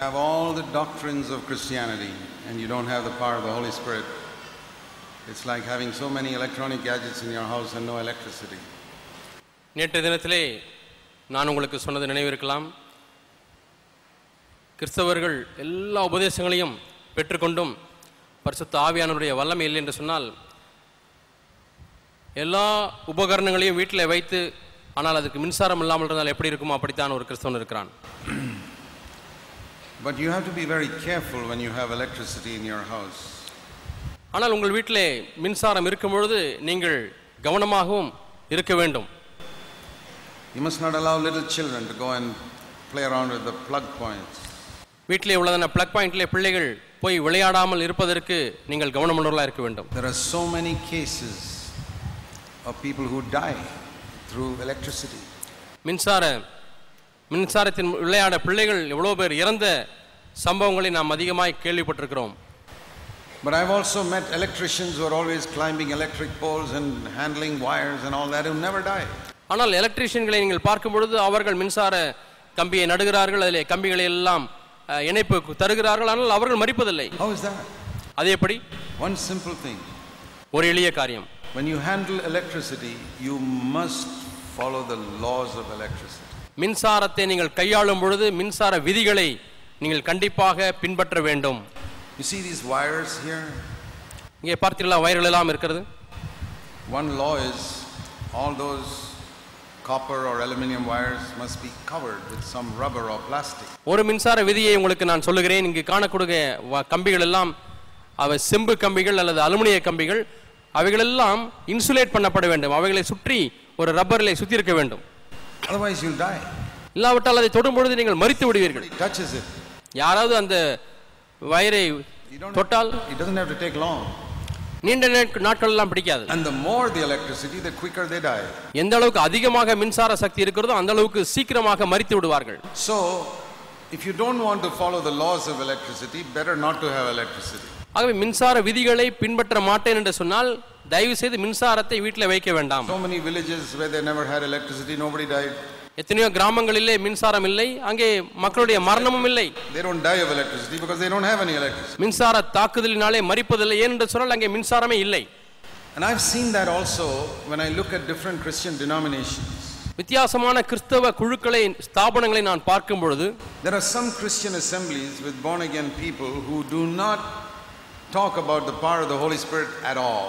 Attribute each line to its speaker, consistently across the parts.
Speaker 1: have all the doctrines of Christianity and you don't have the power of the Holy Spirit, it's like having so many electronic gadgets in your house and no electricity.
Speaker 2: நேற்றைய தினத்திலே நான் உங்களுக்கு சொன்னது நினைவிருக்கலாம் கிறிஸ்தவர்கள் எல்லா உபதேசங்களையும் பெற்றுக்கொண்டும் பரிசுத்த ஆவியானவருடைய வல்லமை இல்லை என்று சொன்னால் எல்லா உபகரணங்களையும் வீட்டில் வைத்து ஆனால் அதுக்கு மின்சாரம் இல்லாமல் இருந்தால் எப்படி இருக்குமோ அப்படித்தான் ஒரு கிறிஸ்தவன் இருக்கிறான்
Speaker 1: But you have to be very careful when you have electricity in your house.
Speaker 2: ஆனால் உங்கள் வீட்டிலே மின்சாரம் இருக்கும் பொழுது நீங்கள் கவனமாகவும் இருக்க வேண்டும்
Speaker 1: You must not allow little children to go and play around with the plug points.
Speaker 2: வீட்டிலே உள்ளதான பிளக் பாயிண்ட்லே பிள்ளைகள் போய் விளையாடாமல் இருப்பதற்கு நீங்கள் கவனமுள்ளவர்களாக இருக்க வேண்டும்
Speaker 1: There are so many cases of people who die through electricity.
Speaker 2: மின்சார மின்சாரத்தின் விளையாட பிள்ளைகள் எவ்வளோ பேர் இறந்த சம்பவங்களை நாம் அதிகமாய் கேள்விப்பட்டிருக்கிறோம்
Speaker 1: But I've also met electricians who are always climbing electric poles and handling wires and all that who never die.
Speaker 2: ஆனால் எலக்ட்ரீஷியன்களை நீங்கள் பார்க்கும் பொழுது அவர்கள் மின்சார கம்பியை நடுகிறார்கள் அதில் கம்பிகளை எல்லாம் அஹ், இணைப்பு கு- தருகிறார்கள் ஆனால் அவர்கள் மறிப்பதில்லை
Speaker 1: How is that?
Speaker 2: அது எப்படி
Speaker 1: One simple thing.
Speaker 2: ஒரு எளிய காரியம்
Speaker 1: When you handle electricity, you must follow the laws of electricity.
Speaker 2: மின்சாரத்தை நீங்கள் கையாளும் பொழுது மின்சார விதிகளை நீங்கள் கண்டிப்பாக பின்பற்ற வேண்டும்
Speaker 1: You see these wires here?
Speaker 2: இங்கே பார்த்தீங்களா வயர்கள் எல்லாம் இருக்கிறது
Speaker 1: One law is all those copper or aluminium wires must be covered with some rubber or plastic.
Speaker 2: ஒரு மின்சார விதியை உங்களுக்கு நான் சொல்லுகிறேன் இங்கு காணக்கூடிய வ- கம்பிகள் எல்லாம் அவை செம்பு கம்பிகள் அல்லது அலுமினிய கம்பிகள் அவைகளெல்லாம் இன்சுலேட் பண்ணப்பட வேண்டும் அவைகளை சுற்றி ஒரு ரப்பரில் சுத்தி இருக்க வேண்டும்
Speaker 1: Otherwise, you'll die.
Speaker 2: இல்லாவிட்டால் அதை தொடும் பொழுது நீங்கள் மறித்து விடுவீர்கள்
Speaker 1: It touches it.
Speaker 2: யாராவது அந்த வயரை
Speaker 1: You don't
Speaker 2: தொட்டால்
Speaker 1: it doesn't have to take long.
Speaker 2: நீண்ட நேட்- நாட்கள் எல்லாம் பிடிக்காது
Speaker 1: And the more the electricity, the quicker they die.
Speaker 2: எந்த அளவுக்கு அதிகமாக மின்சார சக்தி இருக்கிறதோ அந்த அளவுக்கு சீக்கிரமாக மறித்து விடுவார்கள்
Speaker 1: So, if you don't want to follow the laws of electricity, better not to have electricity.
Speaker 2: ஆகவே மின்சார விதிகளை பின்பற்ற மாட்டேன் என்று சொன்னால் தயவு செய்து மின்சாரத்தை வீட்டில் வைக்க வேண்டாம்
Speaker 1: So many villages where they never had electricity, nobody died.
Speaker 2: எத்தனையோ கிராமங்களிலே மின்சாரம் இல்லை அங்கே மக்களுடைய மரணமும் இல்லை
Speaker 1: They don't die of electricity because they don't have any electricity.
Speaker 2: மின்சார தாக்குதலினாலே மறிப்பதில்லை ஏனென்று சொன்னால் அங்கே மின்சாரமே இல்லை
Speaker 1: And I've seen that also when I look at different Christian denominations.
Speaker 2: வித்தியாசமான கிறிஸ்தவ குழுக்களை ஸ்தாபனங்களை நான் பார்க்கும் பொழுது
Speaker 1: There are some Christian assemblies with born again people who do not talk about the power of the Holy Spirit at all.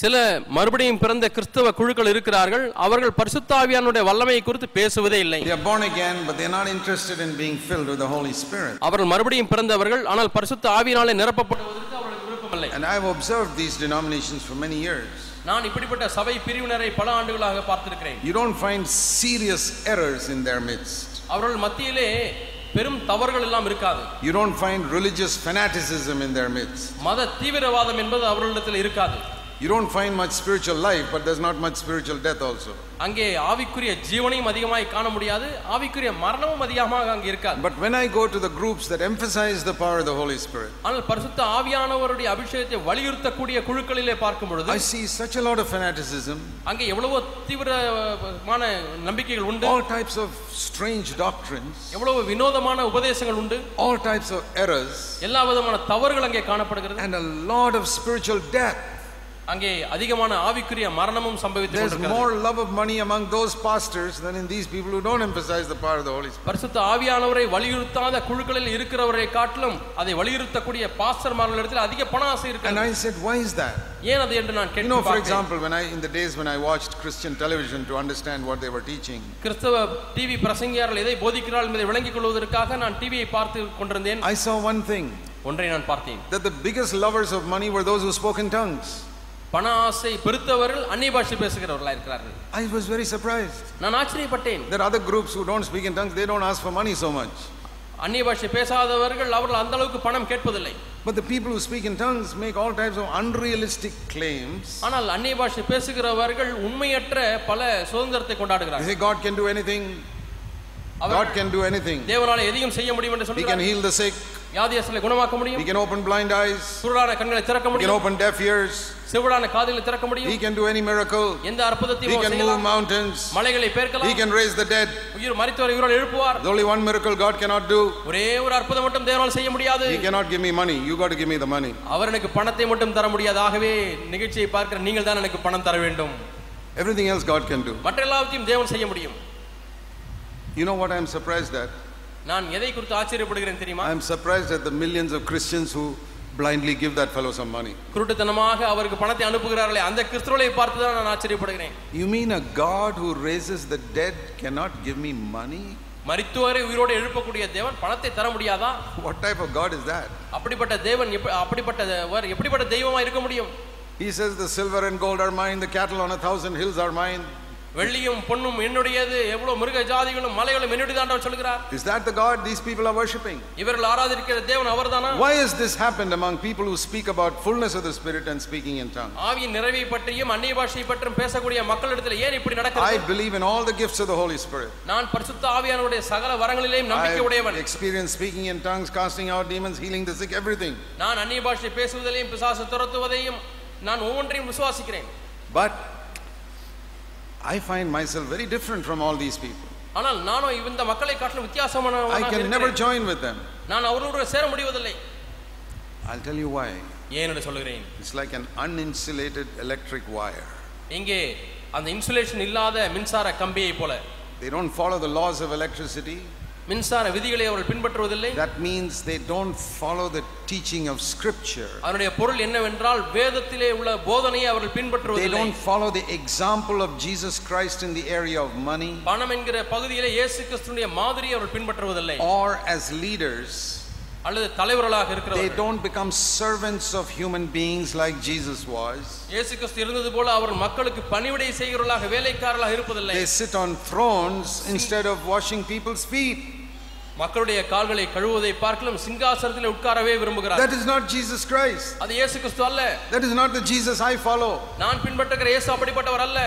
Speaker 2: சில மறுபடியும் பிறந்த கிறிஸ்தவ குழுக்கள் இருக்கிறார்கள் அவர்கள் பரிசுத்தாவியானுடைய வல்லமையை குறித்து பேசுவதே இல்லை
Speaker 1: They are born again, but they're not interested in being filled with the Holy Spirit.
Speaker 2: அவர்கள் மறுபடியும் பிறந்தவர்கள் ஆனால் பரிசுத்த ஆவியினாலே நிரப்பப்படுவதற்கு அவர்களுக்கு விருப்பமில்லை
Speaker 1: And I've observed these denominations for many years.
Speaker 2: நான் இப்படிப்பட்ட சபை பிரிவினரை பல ஆண்டுகளாக பார்த்திருக்கிறேன்
Speaker 1: You don't find serious errors in their midst.
Speaker 2: அவர்கள் மத்தியிலே பெரும் தவறுகள் எல்லாம் இருக்காது
Speaker 1: You don't find religious fanaticism in their midst.
Speaker 2: மத தீவிரவாதம் என்பது அவர்களிடத்தில் இருக்காது
Speaker 1: You don't find much spiritual life, but there's not much spiritual death also.
Speaker 2: அங்கே ஆவிக்குரிய ஜீவனையும் அதிகமாய் காண முடியாது ஆவிக்குரிய மரணமும் அதிகமாக அங்கே இருக்காது
Speaker 1: But when I go to the groups that emphasize the power of the Holy Spirit,
Speaker 2: ஆனால் பரிசுத்த ஆவியானவருடைய அபிஷேகத்தை வலியுறுத்தக்கூடிய குழுக்களிலே பார்க்கும் பொழுது
Speaker 1: I see such a lot of fanaticism,
Speaker 2: அங்கே எவ்வளவோ தீவிரமான நம்பிக்கைகள் உண்டு
Speaker 1: all types of strange doctrines,
Speaker 2: எவ்வளவு வினோதமான உபதேசங்கள் உண்டு
Speaker 1: all types of errors,
Speaker 2: எல்லா விதமான தவறுகள் அங்கே காணப்படுகிறது
Speaker 1: and a lot of spiritual death.
Speaker 2: அங்கே அதிகமான ஆவிக்குரிய மரணமும் சம்பவித்துக்
Speaker 1: There's
Speaker 2: கொண்டிருக்கிறது
Speaker 1: more love of money among those pastors than in these people who don't emphasize the power of the Holy Spirit.
Speaker 2: பரிசுத்த ஆவியானவரை வலியுறுத்தாத குழுக்களில் இருக்கிறவரை காட்டிலும் அதை வலியுறுத்தக்கூடிய பாஸ்டர்மார்களிடத்தில் அதிக பண ஆசை
Speaker 1: And
Speaker 2: இருக்கிறது
Speaker 1: I said, why is that?
Speaker 2: ஏன் அது என்று நான்
Speaker 1: You know,
Speaker 2: கேட்டு
Speaker 1: for
Speaker 2: பார்த்தேன்.
Speaker 1: example, when I in the days when I watched Christian television to understand what they were teaching,
Speaker 2: கிறிஸ்தவ டிவி பிரசங்கியார்கள் எதை போதிக்கிறார்கள் என்பதை விளங்கிக் கொள்வதற்காக நான் டிவியை பார்த்து கொண்டிருந்தேன்
Speaker 1: I saw one thing
Speaker 2: ஒன்றை நான் பார்த்தேன்
Speaker 1: that the biggest lovers of money were those who spoke in tongues.
Speaker 2: பண ஆசை பெருத்தவர்கள் அந்நிய பாஷை பேசுகிறவர்களா இருக்கிறார்கள்
Speaker 1: I was very surprised.
Speaker 2: நான் ஆச்சரியப்பட்டேன்
Speaker 1: There are other groups who don't speak in tongues, they don't ask for money so much.
Speaker 2: அந்நிய பாஷை பேசாதவர்கள் அவர்கள் அந்த அளவுக்கு பணம் கேட்பதில்லை
Speaker 1: But the people who speak in tongues make all types of unrealistic claims.
Speaker 2: ஆனால் அந்நிய பாஷை பேசுகிறவர்கள் உண்மையற்ற பல சுதந்திரத்தை
Speaker 1: They
Speaker 2: கொண்டாடுகிறார்கள்
Speaker 1: say God can do anything. God can do anything.
Speaker 2: தேவனால எதையும் செய்ய முடியும் என்று
Speaker 1: He can
Speaker 2: சொல்கிறார்
Speaker 1: heal the sick.
Speaker 2: வியாதியஸ்தலை குணமாக்க முடியும்
Speaker 1: He can open blind eyes.
Speaker 2: சுருளான கண்களை திறக்க
Speaker 1: He can
Speaker 2: முடியும்
Speaker 1: open deaf ears.
Speaker 2: செவிடான காதுகளை திறக்க
Speaker 1: He
Speaker 2: முடியும்
Speaker 1: can do any miracle.
Speaker 2: எந்த
Speaker 1: He
Speaker 2: அற்புதத்தையும் அவர்
Speaker 1: can move
Speaker 2: செய்யலாம்
Speaker 1: mountains.
Speaker 2: மலைகளை
Speaker 1: He
Speaker 2: பெயர்க்கலாம்
Speaker 1: can raise the dead.
Speaker 2: உயிர் மறித்தவரை உயிரோடு எழுப்புவார்
Speaker 1: There's only one miracle God cannot do.
Speaker 2: ஒரே ஒரு அற்புதம் மட்டும் தேவனால் செய்ய முடியாது
Speaker 1: He cannot give me money. You got to give me the money.
Speaker 2: அவர் எனக்கு பணத்தை மட்டும் தர முடியாது ஆகவே நிகழ்ச்சியை பார்க்கிற நீங்கள் தான் எனக்கு பணம் தர வேண்டும்
Speaker 1: Everything else God can do.
Speaker 2: மற்ற எல்லாவற்றையும் தேவன் செய்ய முடியும்
Speaker 1: You know what I'm surprised at?
Speaker 2: நான் எதை குறித்து ஆச்சரியப்படுகிறேன் தெரியுமா
Speaker 1: I'm surprised at the millions of Christians who blindly give that fellow some money.
Speaker 2: குருட்டுத்தனமாக அவருக்கு பணத்தை அனுப்புகிறார்களே அந்த கிறிஸ்துவலை பார்த்து தான் நான் ஆச்சரியப்படுகிறேன்
Speaker 1: You mean a God who raises the dead cannot give me money?
Speaker 2: மரித்துவரை உயிரோடு எழுப்பக்கூடிய தேவன் பணத்தை தர முடியாதா
Speaker 1: What type of God is that?
Speaker 2: அப்படிப்பட்ட தேவன் எப்ப- அப்படிப்பட்டவர் எப்படிப்பட்ட தெய்வமா இருக்க முடியும்
Speaker 1: He says, The silver and gold are mine, the cattle on a thousand hills are mine.
Speaker 2: வெள்ளியும் பொன்னும் என்னுடையது எவ்வளவு மிருக ஜாதிகளும் மலைகளும் என்னுடையதாண்டவர் சொல்கிறார்
Speaker 1: Is that the God these people are worshipping?
Speaker 2: இவர்கள் ஆராதிக்கிற தேவன் அவர்தானா
Speaker 1: Why has this happened among people who speak about fullness of the Spirit and speaking in tongues?
Speaker 2: ஆவியின் நிறைவை பற்றியும் அந்நிய பாஷையை பற்றியும் பேசக்கூடிய மக்களிடத்தில் ஏன் இப்படி
Speaker 1: I
Speaker 2: நடக்கிறது
Speaker 1: believe in all the gifts of the Holy Spirit.
Speaker 2: நான் பரிசுத்த ஆவியானவருடைய சகல வரங்களிலேயும் நம்பிக்கை
Speaker 1: I
Speaker 2: உடையவன்
Speaker 1: experience speaking in tongues, casting out demons, healing the sick, everything.
Speaker 2: நான் அந்நிய பாஷை பேசுவதிலையும் பிசாசு துரத்துவதையும் நான் ஒவ்வொன்றையும் விசுவாசிக்கிறேன்
Speaker 1: But I find myself very different from all these people.
Speaker 2: ஆனால் நானும் இந்த மக்களை காட்டிலும் வித்தியாசமான
Speaker 1: I can never join with them.
Speaker 2: நான் அவர்களோடு சேர முடிவதில்லை
Speaker 1: I'll tell you why.
Speaker 2: ஏன் என்று சொல்கிறேன்
Speaker 1: It's like an uninsulated electric wire.
Speaker 2: இங்கே அந்த இன்சுலேஷன் இல்லாத மின்சார கம்பியை போல
Speaker 1: They don't follow the laws of electricity.
Speaker 2: மின்சார விதிகளை அவர்கள் பின்பற்றுவதில்லை
Speaker 1: That means they don't follow the teaching of Scripture.
Speaker 2: அதனுடைய பொருள் என்னவென்றால் வேதத்திலே உள்ள போதனையை அவர்கள்
Speaker 1: They
Speaker 2: பின்பற்றுவதில்லை
Speaker 1: don't follow the example of Jesus Christ in the area of money.
Speaker 2: பணம் என்கிற பகுதியிலே இயேசு கிறிஸ்துடைய மாதிரியை அவர்கள் பின்பற்றுவதில்லை
Speaker 1: Or as leaders,
Speaker 2: அல்லது தலைவர்களாக
Speaker 1: they
Speaker 2: இருக்கிறவர்கள்
Speaker 1: don't become servants of human beings like Jesus was.
Speaker 2: இயேசு கிறிஸ்து இருந்தது போல அவர்கள் மக்களுக்கு பணிவிடை செய்கிறவர்களாக வேலைக்காரர்களாக இருப்பதில்லை
Speaker 1: They sit on thrones instead of washing people's feet.
Speaker 2: மக்களுடைய கால்களை கழுவுவதை பார்க்கலாம் சிங்காசனத்தில் உட்காரவே விரும்புகிறார்
Speaker 1: That is not Jesus Christ.
Speaker 2: அது இயேசு கிறிஸ்து அல்ல
Speaker 1: That is not the Jesus I follow.
Speaker 2: நான் பின்பற்றுகிற இயேசு அப்படிப்பட்டவர் அல்ல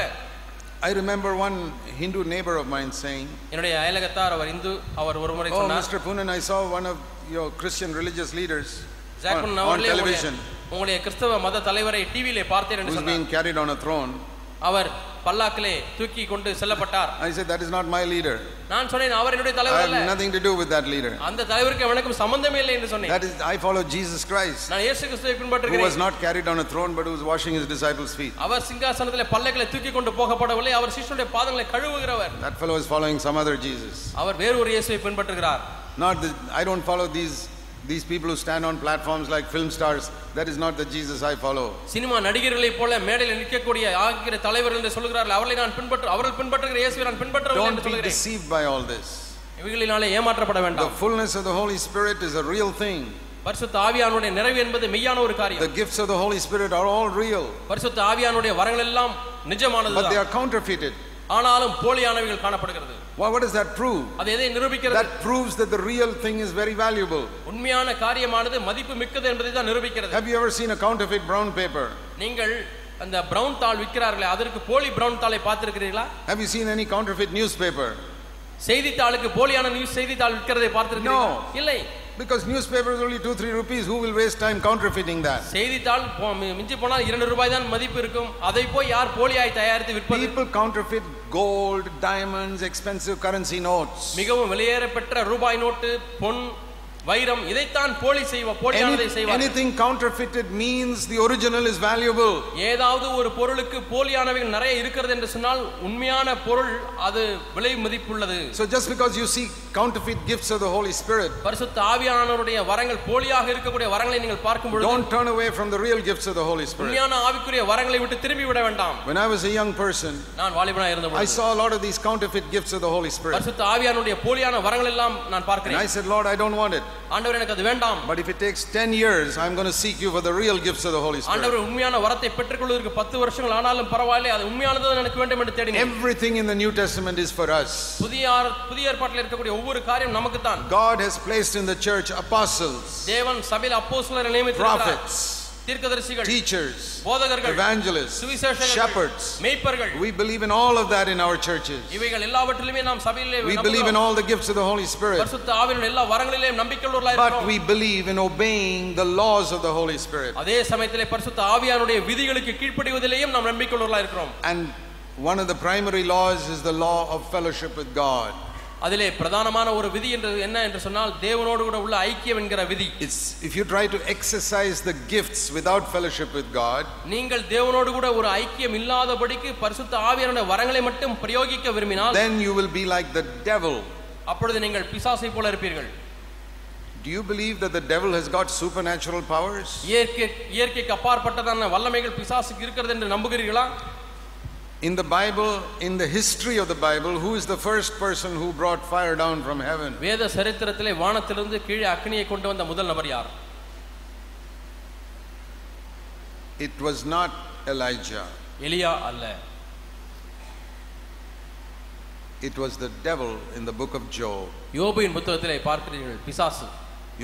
Speaker 1: I remember one Hindu neighbor of mine saying,
Speaker 2: என்னுடைய அயலகத்தார் அவர் இந்து அவர் ஒரு முறை
Speaker 1: Oh,
Speaker 2: சொன்னார்
Speaker 1: Mr. Poonen, I saw one of your Christian religious leaders on,
Speaker 2: ஜாக்மன்
Speaker 1: on
Speaker 2: அவர்களே உங்களுடைய-
Speaker 1: television
Speaker 2: உங்களுடைய கிறிஸ்தவ மத தலைவரை டிவியிலே பார்த்தேன் என்று
Speaker 1: who's
Speaker 2: சொன்னார்
Speaker 1: being carried on a throne.
Speaker 2: அவர் பல்லாக்கிலே தூக்கி கொண்டு செல்லப்பட்டார்
Speaker 1: I said, That is not my leader.
Speaker 2: நான் சொன்னேன் அவர் என்னுடைய
Speaker 1: I
Speaker 2: தலைவர்
Speaker 1: have
Speaker 2: அல்ல
Speaker 1: nothing to do with that leader.
Speaker 2: அந்த தலைவருக்கு அவனுக்கும் சம்பந்தமே இல்லை என்று சொன்னேன்
Speaker 1: That is, I follow Jesus Christ,
Speaker 2: நான் இயேசு கிறிஸ்துவை
Speaker 1: who was
Speaker 2: பின்பற்றுகிறேன்
Speaker 1: not carried on a throne but who was washing his disciples' feet.
Speaker 2: அவர் சிங்காசனத்திலே பல்லக்களை தூக்கி கொண்டு போகப்படவில்லை அவர் சிஷ்யனுடைய பாதங்களை கழுவுகிறவர்
Speaker 1: That fellow is following some other Jesus.
Speaker 2: அவர் வேறு ஒரு இயேசுவை பின்பற்றுகிறார்
Speaker 1: Not the, I don't follow these, these people who stand on platforms like film stars. That is not the Jesus I follow.
Speaker 2: Cinema நடிகர்களைப் போல மேடையில் நிற்கக்கூடிய ஆகிற தலைவர்கள் என்று சொல்கிறார்கள் அவர்களை நான் பின்பற்ற அவர்கள் பின்பற்றுகிற இயேசுவை நான் பின்பற்றவில்லை
Speaker 1: Don't
Speaker 2: என்று
Speaker 1: be
Speaker 2: சொல்கிறேன்
Speaker 1: deceived by all this.
Speaker 2: இவைகளினாலே ஏமாற்றப்பட
Speaker 1: The
Speaker 2: வேண்டாம்
Speaker 1: fullness of the Holy Spirit is a real thing.
Speaker 2: பரிசுத்த ஆவியானுடைய நிறைவு என்பது மெய்யான ஒரு
Speaker 1: The
Speaker 2: காரியம்
Speaker 1: gifts of the Holy Spirit are all real,
Speaker 2: பரிசுத்த ஆவியானுடைய வரங்கள் எல்லாம்
Speaker 1: but they
Speaker 2: நிஜமானது
Speaker 1: are counterfeited.
Speaker 2: ஆனாலும் போலியானவைகள் காணப்படுகிறது
Speaker 1: Why, what does that prove?
Speaker 2: அது எதை நிரூபிக்கிறது
Speaker 1: That proves that the real thing is very valuable.
Speaker 2: உண்மையான காரியமானது மதிப்பு மிக்கது என்பதை தான் நிரூபிக்கிறது
Speaker 1: Have you ever seen a counterfeit brown paper?
Speaker 2: நீங்கள் அந்த பிரவுன் தாள் விற்கிறார்களே அதற்கு போலி பிரவுன் தாளை பார்த்திருக்கிறீர்களா
Speaker 1: Have you seen any counterfeit newspaper?
Speaker 2: செய்தித்தாளுக்கு போலியான நியூஸ் செய்தித்தாள் விற்கிறதை பார்த்திருக்கிறீர்களா இல்லை
Speaker 1: Because newspaper is only two, three rupees. Who will waste time counterfeiting that?
Speaker 2: செய்தித்தாள் போ- மி- மிஞ்சி போனால் இரண்டு ரூபாய் தான் மதிப்பு இருக்கும் அதை போய் யார் போலியாய் தயாரித்து விற்பது
Speaker 1: People counterfeit gold, diamonds, expensive currency notes.
Speaker 2: மிகவும் வெளியேறப்பெற்ற ரூபாய் நோட்டு பொன் வைரம் இதைத்தான் போலி செய்வ போலியானதை
Speaker 1: Any-
Speaker 2: செய்வார்
Speaker 1: anything counterfeited means the original is valuable.
Speaker 2: ஏதாவது ஒரு பொருளுக்கு போலியானவைகள் நிறைய இருக்கிறது என்று சொன்னால் உண்மையான பொருள் அது விலை மதிப்புள்ளது
Speaker 1: So just because you see counterfeit gifts of the Holy Spirit,
Speaker 2: பரிசுத்த ஆவியானவருடைய வரங்கள் போலியாக இருக்கக்கூடிய வரங்களை நீங்கள் பார்க்கும் பொழுது
Speaker 1: don't turn away from the real gifts of the Holy Spirit.
Speaker 2: உண்மையான ஆவிக்குரிய வரங்களை விட்டு திரும்பி விட வேண்டாம்
Speaker 1: When I was a young person,
Speaker 2: நான் வாலிபனா இருந்த
Speaker 1: I
Speaker 2: பொழுது
Speaker 1: saw a lot of these counterfeit gifts of the Holy Spirit.
Speaker 2: பரிசுத்த ஆவியானுடைய போலியான வரங்கள் எல்லாம் நான்
Speaker 1: And
Speaker 2: பார்க்கிறேன்
Speaker 1: I said, Lord, I don't want it.
Speaker 2: ஆண்டவர் எனக்கு அது வேண்டாம்
Speaker 1: But if it takes 10 years, I'm going to seek you for the real gifts of the Holy Spirit.
Speaker 2: ஆண்டவர் உண்மையான வரத்தை பெற்றுக்கொள்வதற்கு பத்து வருஷங்கள் ஆனாலும் பரவாயில்லை அது உண்மையானது தான் எனக்கு வேண்டும் என்று தேடினேன்
Speaker 1: Everything in the New Testament is for us.
Speaker 2: புதிய ஆர்- புதிய ஏற்பாட்டில் இருக்கக்கூடிய ஒவ்வொரு காரியம் நமக்கு தான்
Speaker 1: God has placed in the church apostles,
Speaker 2: தேவன் சபையில் அப்போ சிலர்
Speaker 1: prophets,
Speaker 2: தீர்க்கதரிசிகள்
Speaker 1: teachers,
Speaker 2: போதகர்கள்
Speaker 1: evangelists,
Speaker 2: சுவிசேஷகர்கள்,
Speaker 1: shepherds.
Speaker 2: மேய்ப்பர்கள்
Speaker 1: We believe in all of that in our churches.
Speaker 2: இவைகள் எல்லாவற்றிலுமே நாம் சபையிலே
Speaker 1: We believe in
Speaker 2: நம்புகிறோம்.
Speaker 1: all the gifts of the Holy Spirit.
Speaker 2: பரிசுத்த ஆவியினுடைய எல்லா வரங்களிலேயும் நம்பிக்கையுள்ளவர்களாய்
Speaker 1: But
Speaker 2: இருக்கிறோம்
Speaker 1: we believe in obeying the laws of the Holy Spirit.
Speaker 2: அதே சமயத்திலே பரிசுத்த ஆவியானுடைய விதிகளுக்கு கீழ்ப்படிவதிலேயும் நாம் நம்பிக்கையுள்ளவர்களாய் இருக்கிறோம்
Speaker 1: And one of the primary laws is the law of fellowship with God.
Speaker 2: அதிலே பிரதானமான ஒரு விதி என்று என்ன என்று சொன்னால் தேவனோடு கூட உள்ள ஐக்கியம் என்கிற விதி
Speaker 1: It's if you try to exercise the gifts without fellowship with God,
Speaker 2: நீங்கள் தேவனோடு கூட ஒரு ஐக்கியம் இல்லாதபடிக்கு பரிசுத்த ஆவியானுடைய வரங்களை மட்டும் பிரயோகிக்க விரும்பினால்
Speaker 1: then you will be like the devil.
Speaker 2: அப்பொழுது நீங்கள் பிசாசை போல இருப்பீர்கள்
Speaker 1: Do you believe that the devil has got supernatural powers?
Speaker 2: இயற்கை இயற்கைக்கு அப்பாற்பட்டதான வல்லமைகள் பிசாசுக்கு இருக்கிறது என்று நம்புகிறீர்களா
Speaker 1: In the Bible, in the history of the Bible, who is the first person who brought fire down from heaven?
Speaker 2: வேத சரித்திரத்திலே வானத்திலிருந்து கீழே அக்னியை கொண்டு வந்த முதல் நபர் யார்
Speaker 1: It was not Elijah,
Speaker 2: எலியா அல்ல
Speaker 1: it was the devil in the book of Job.
Speaker 2: யோபுவின் புத்தகத்திலே பார்க்கிறீர்கள் பிசாசு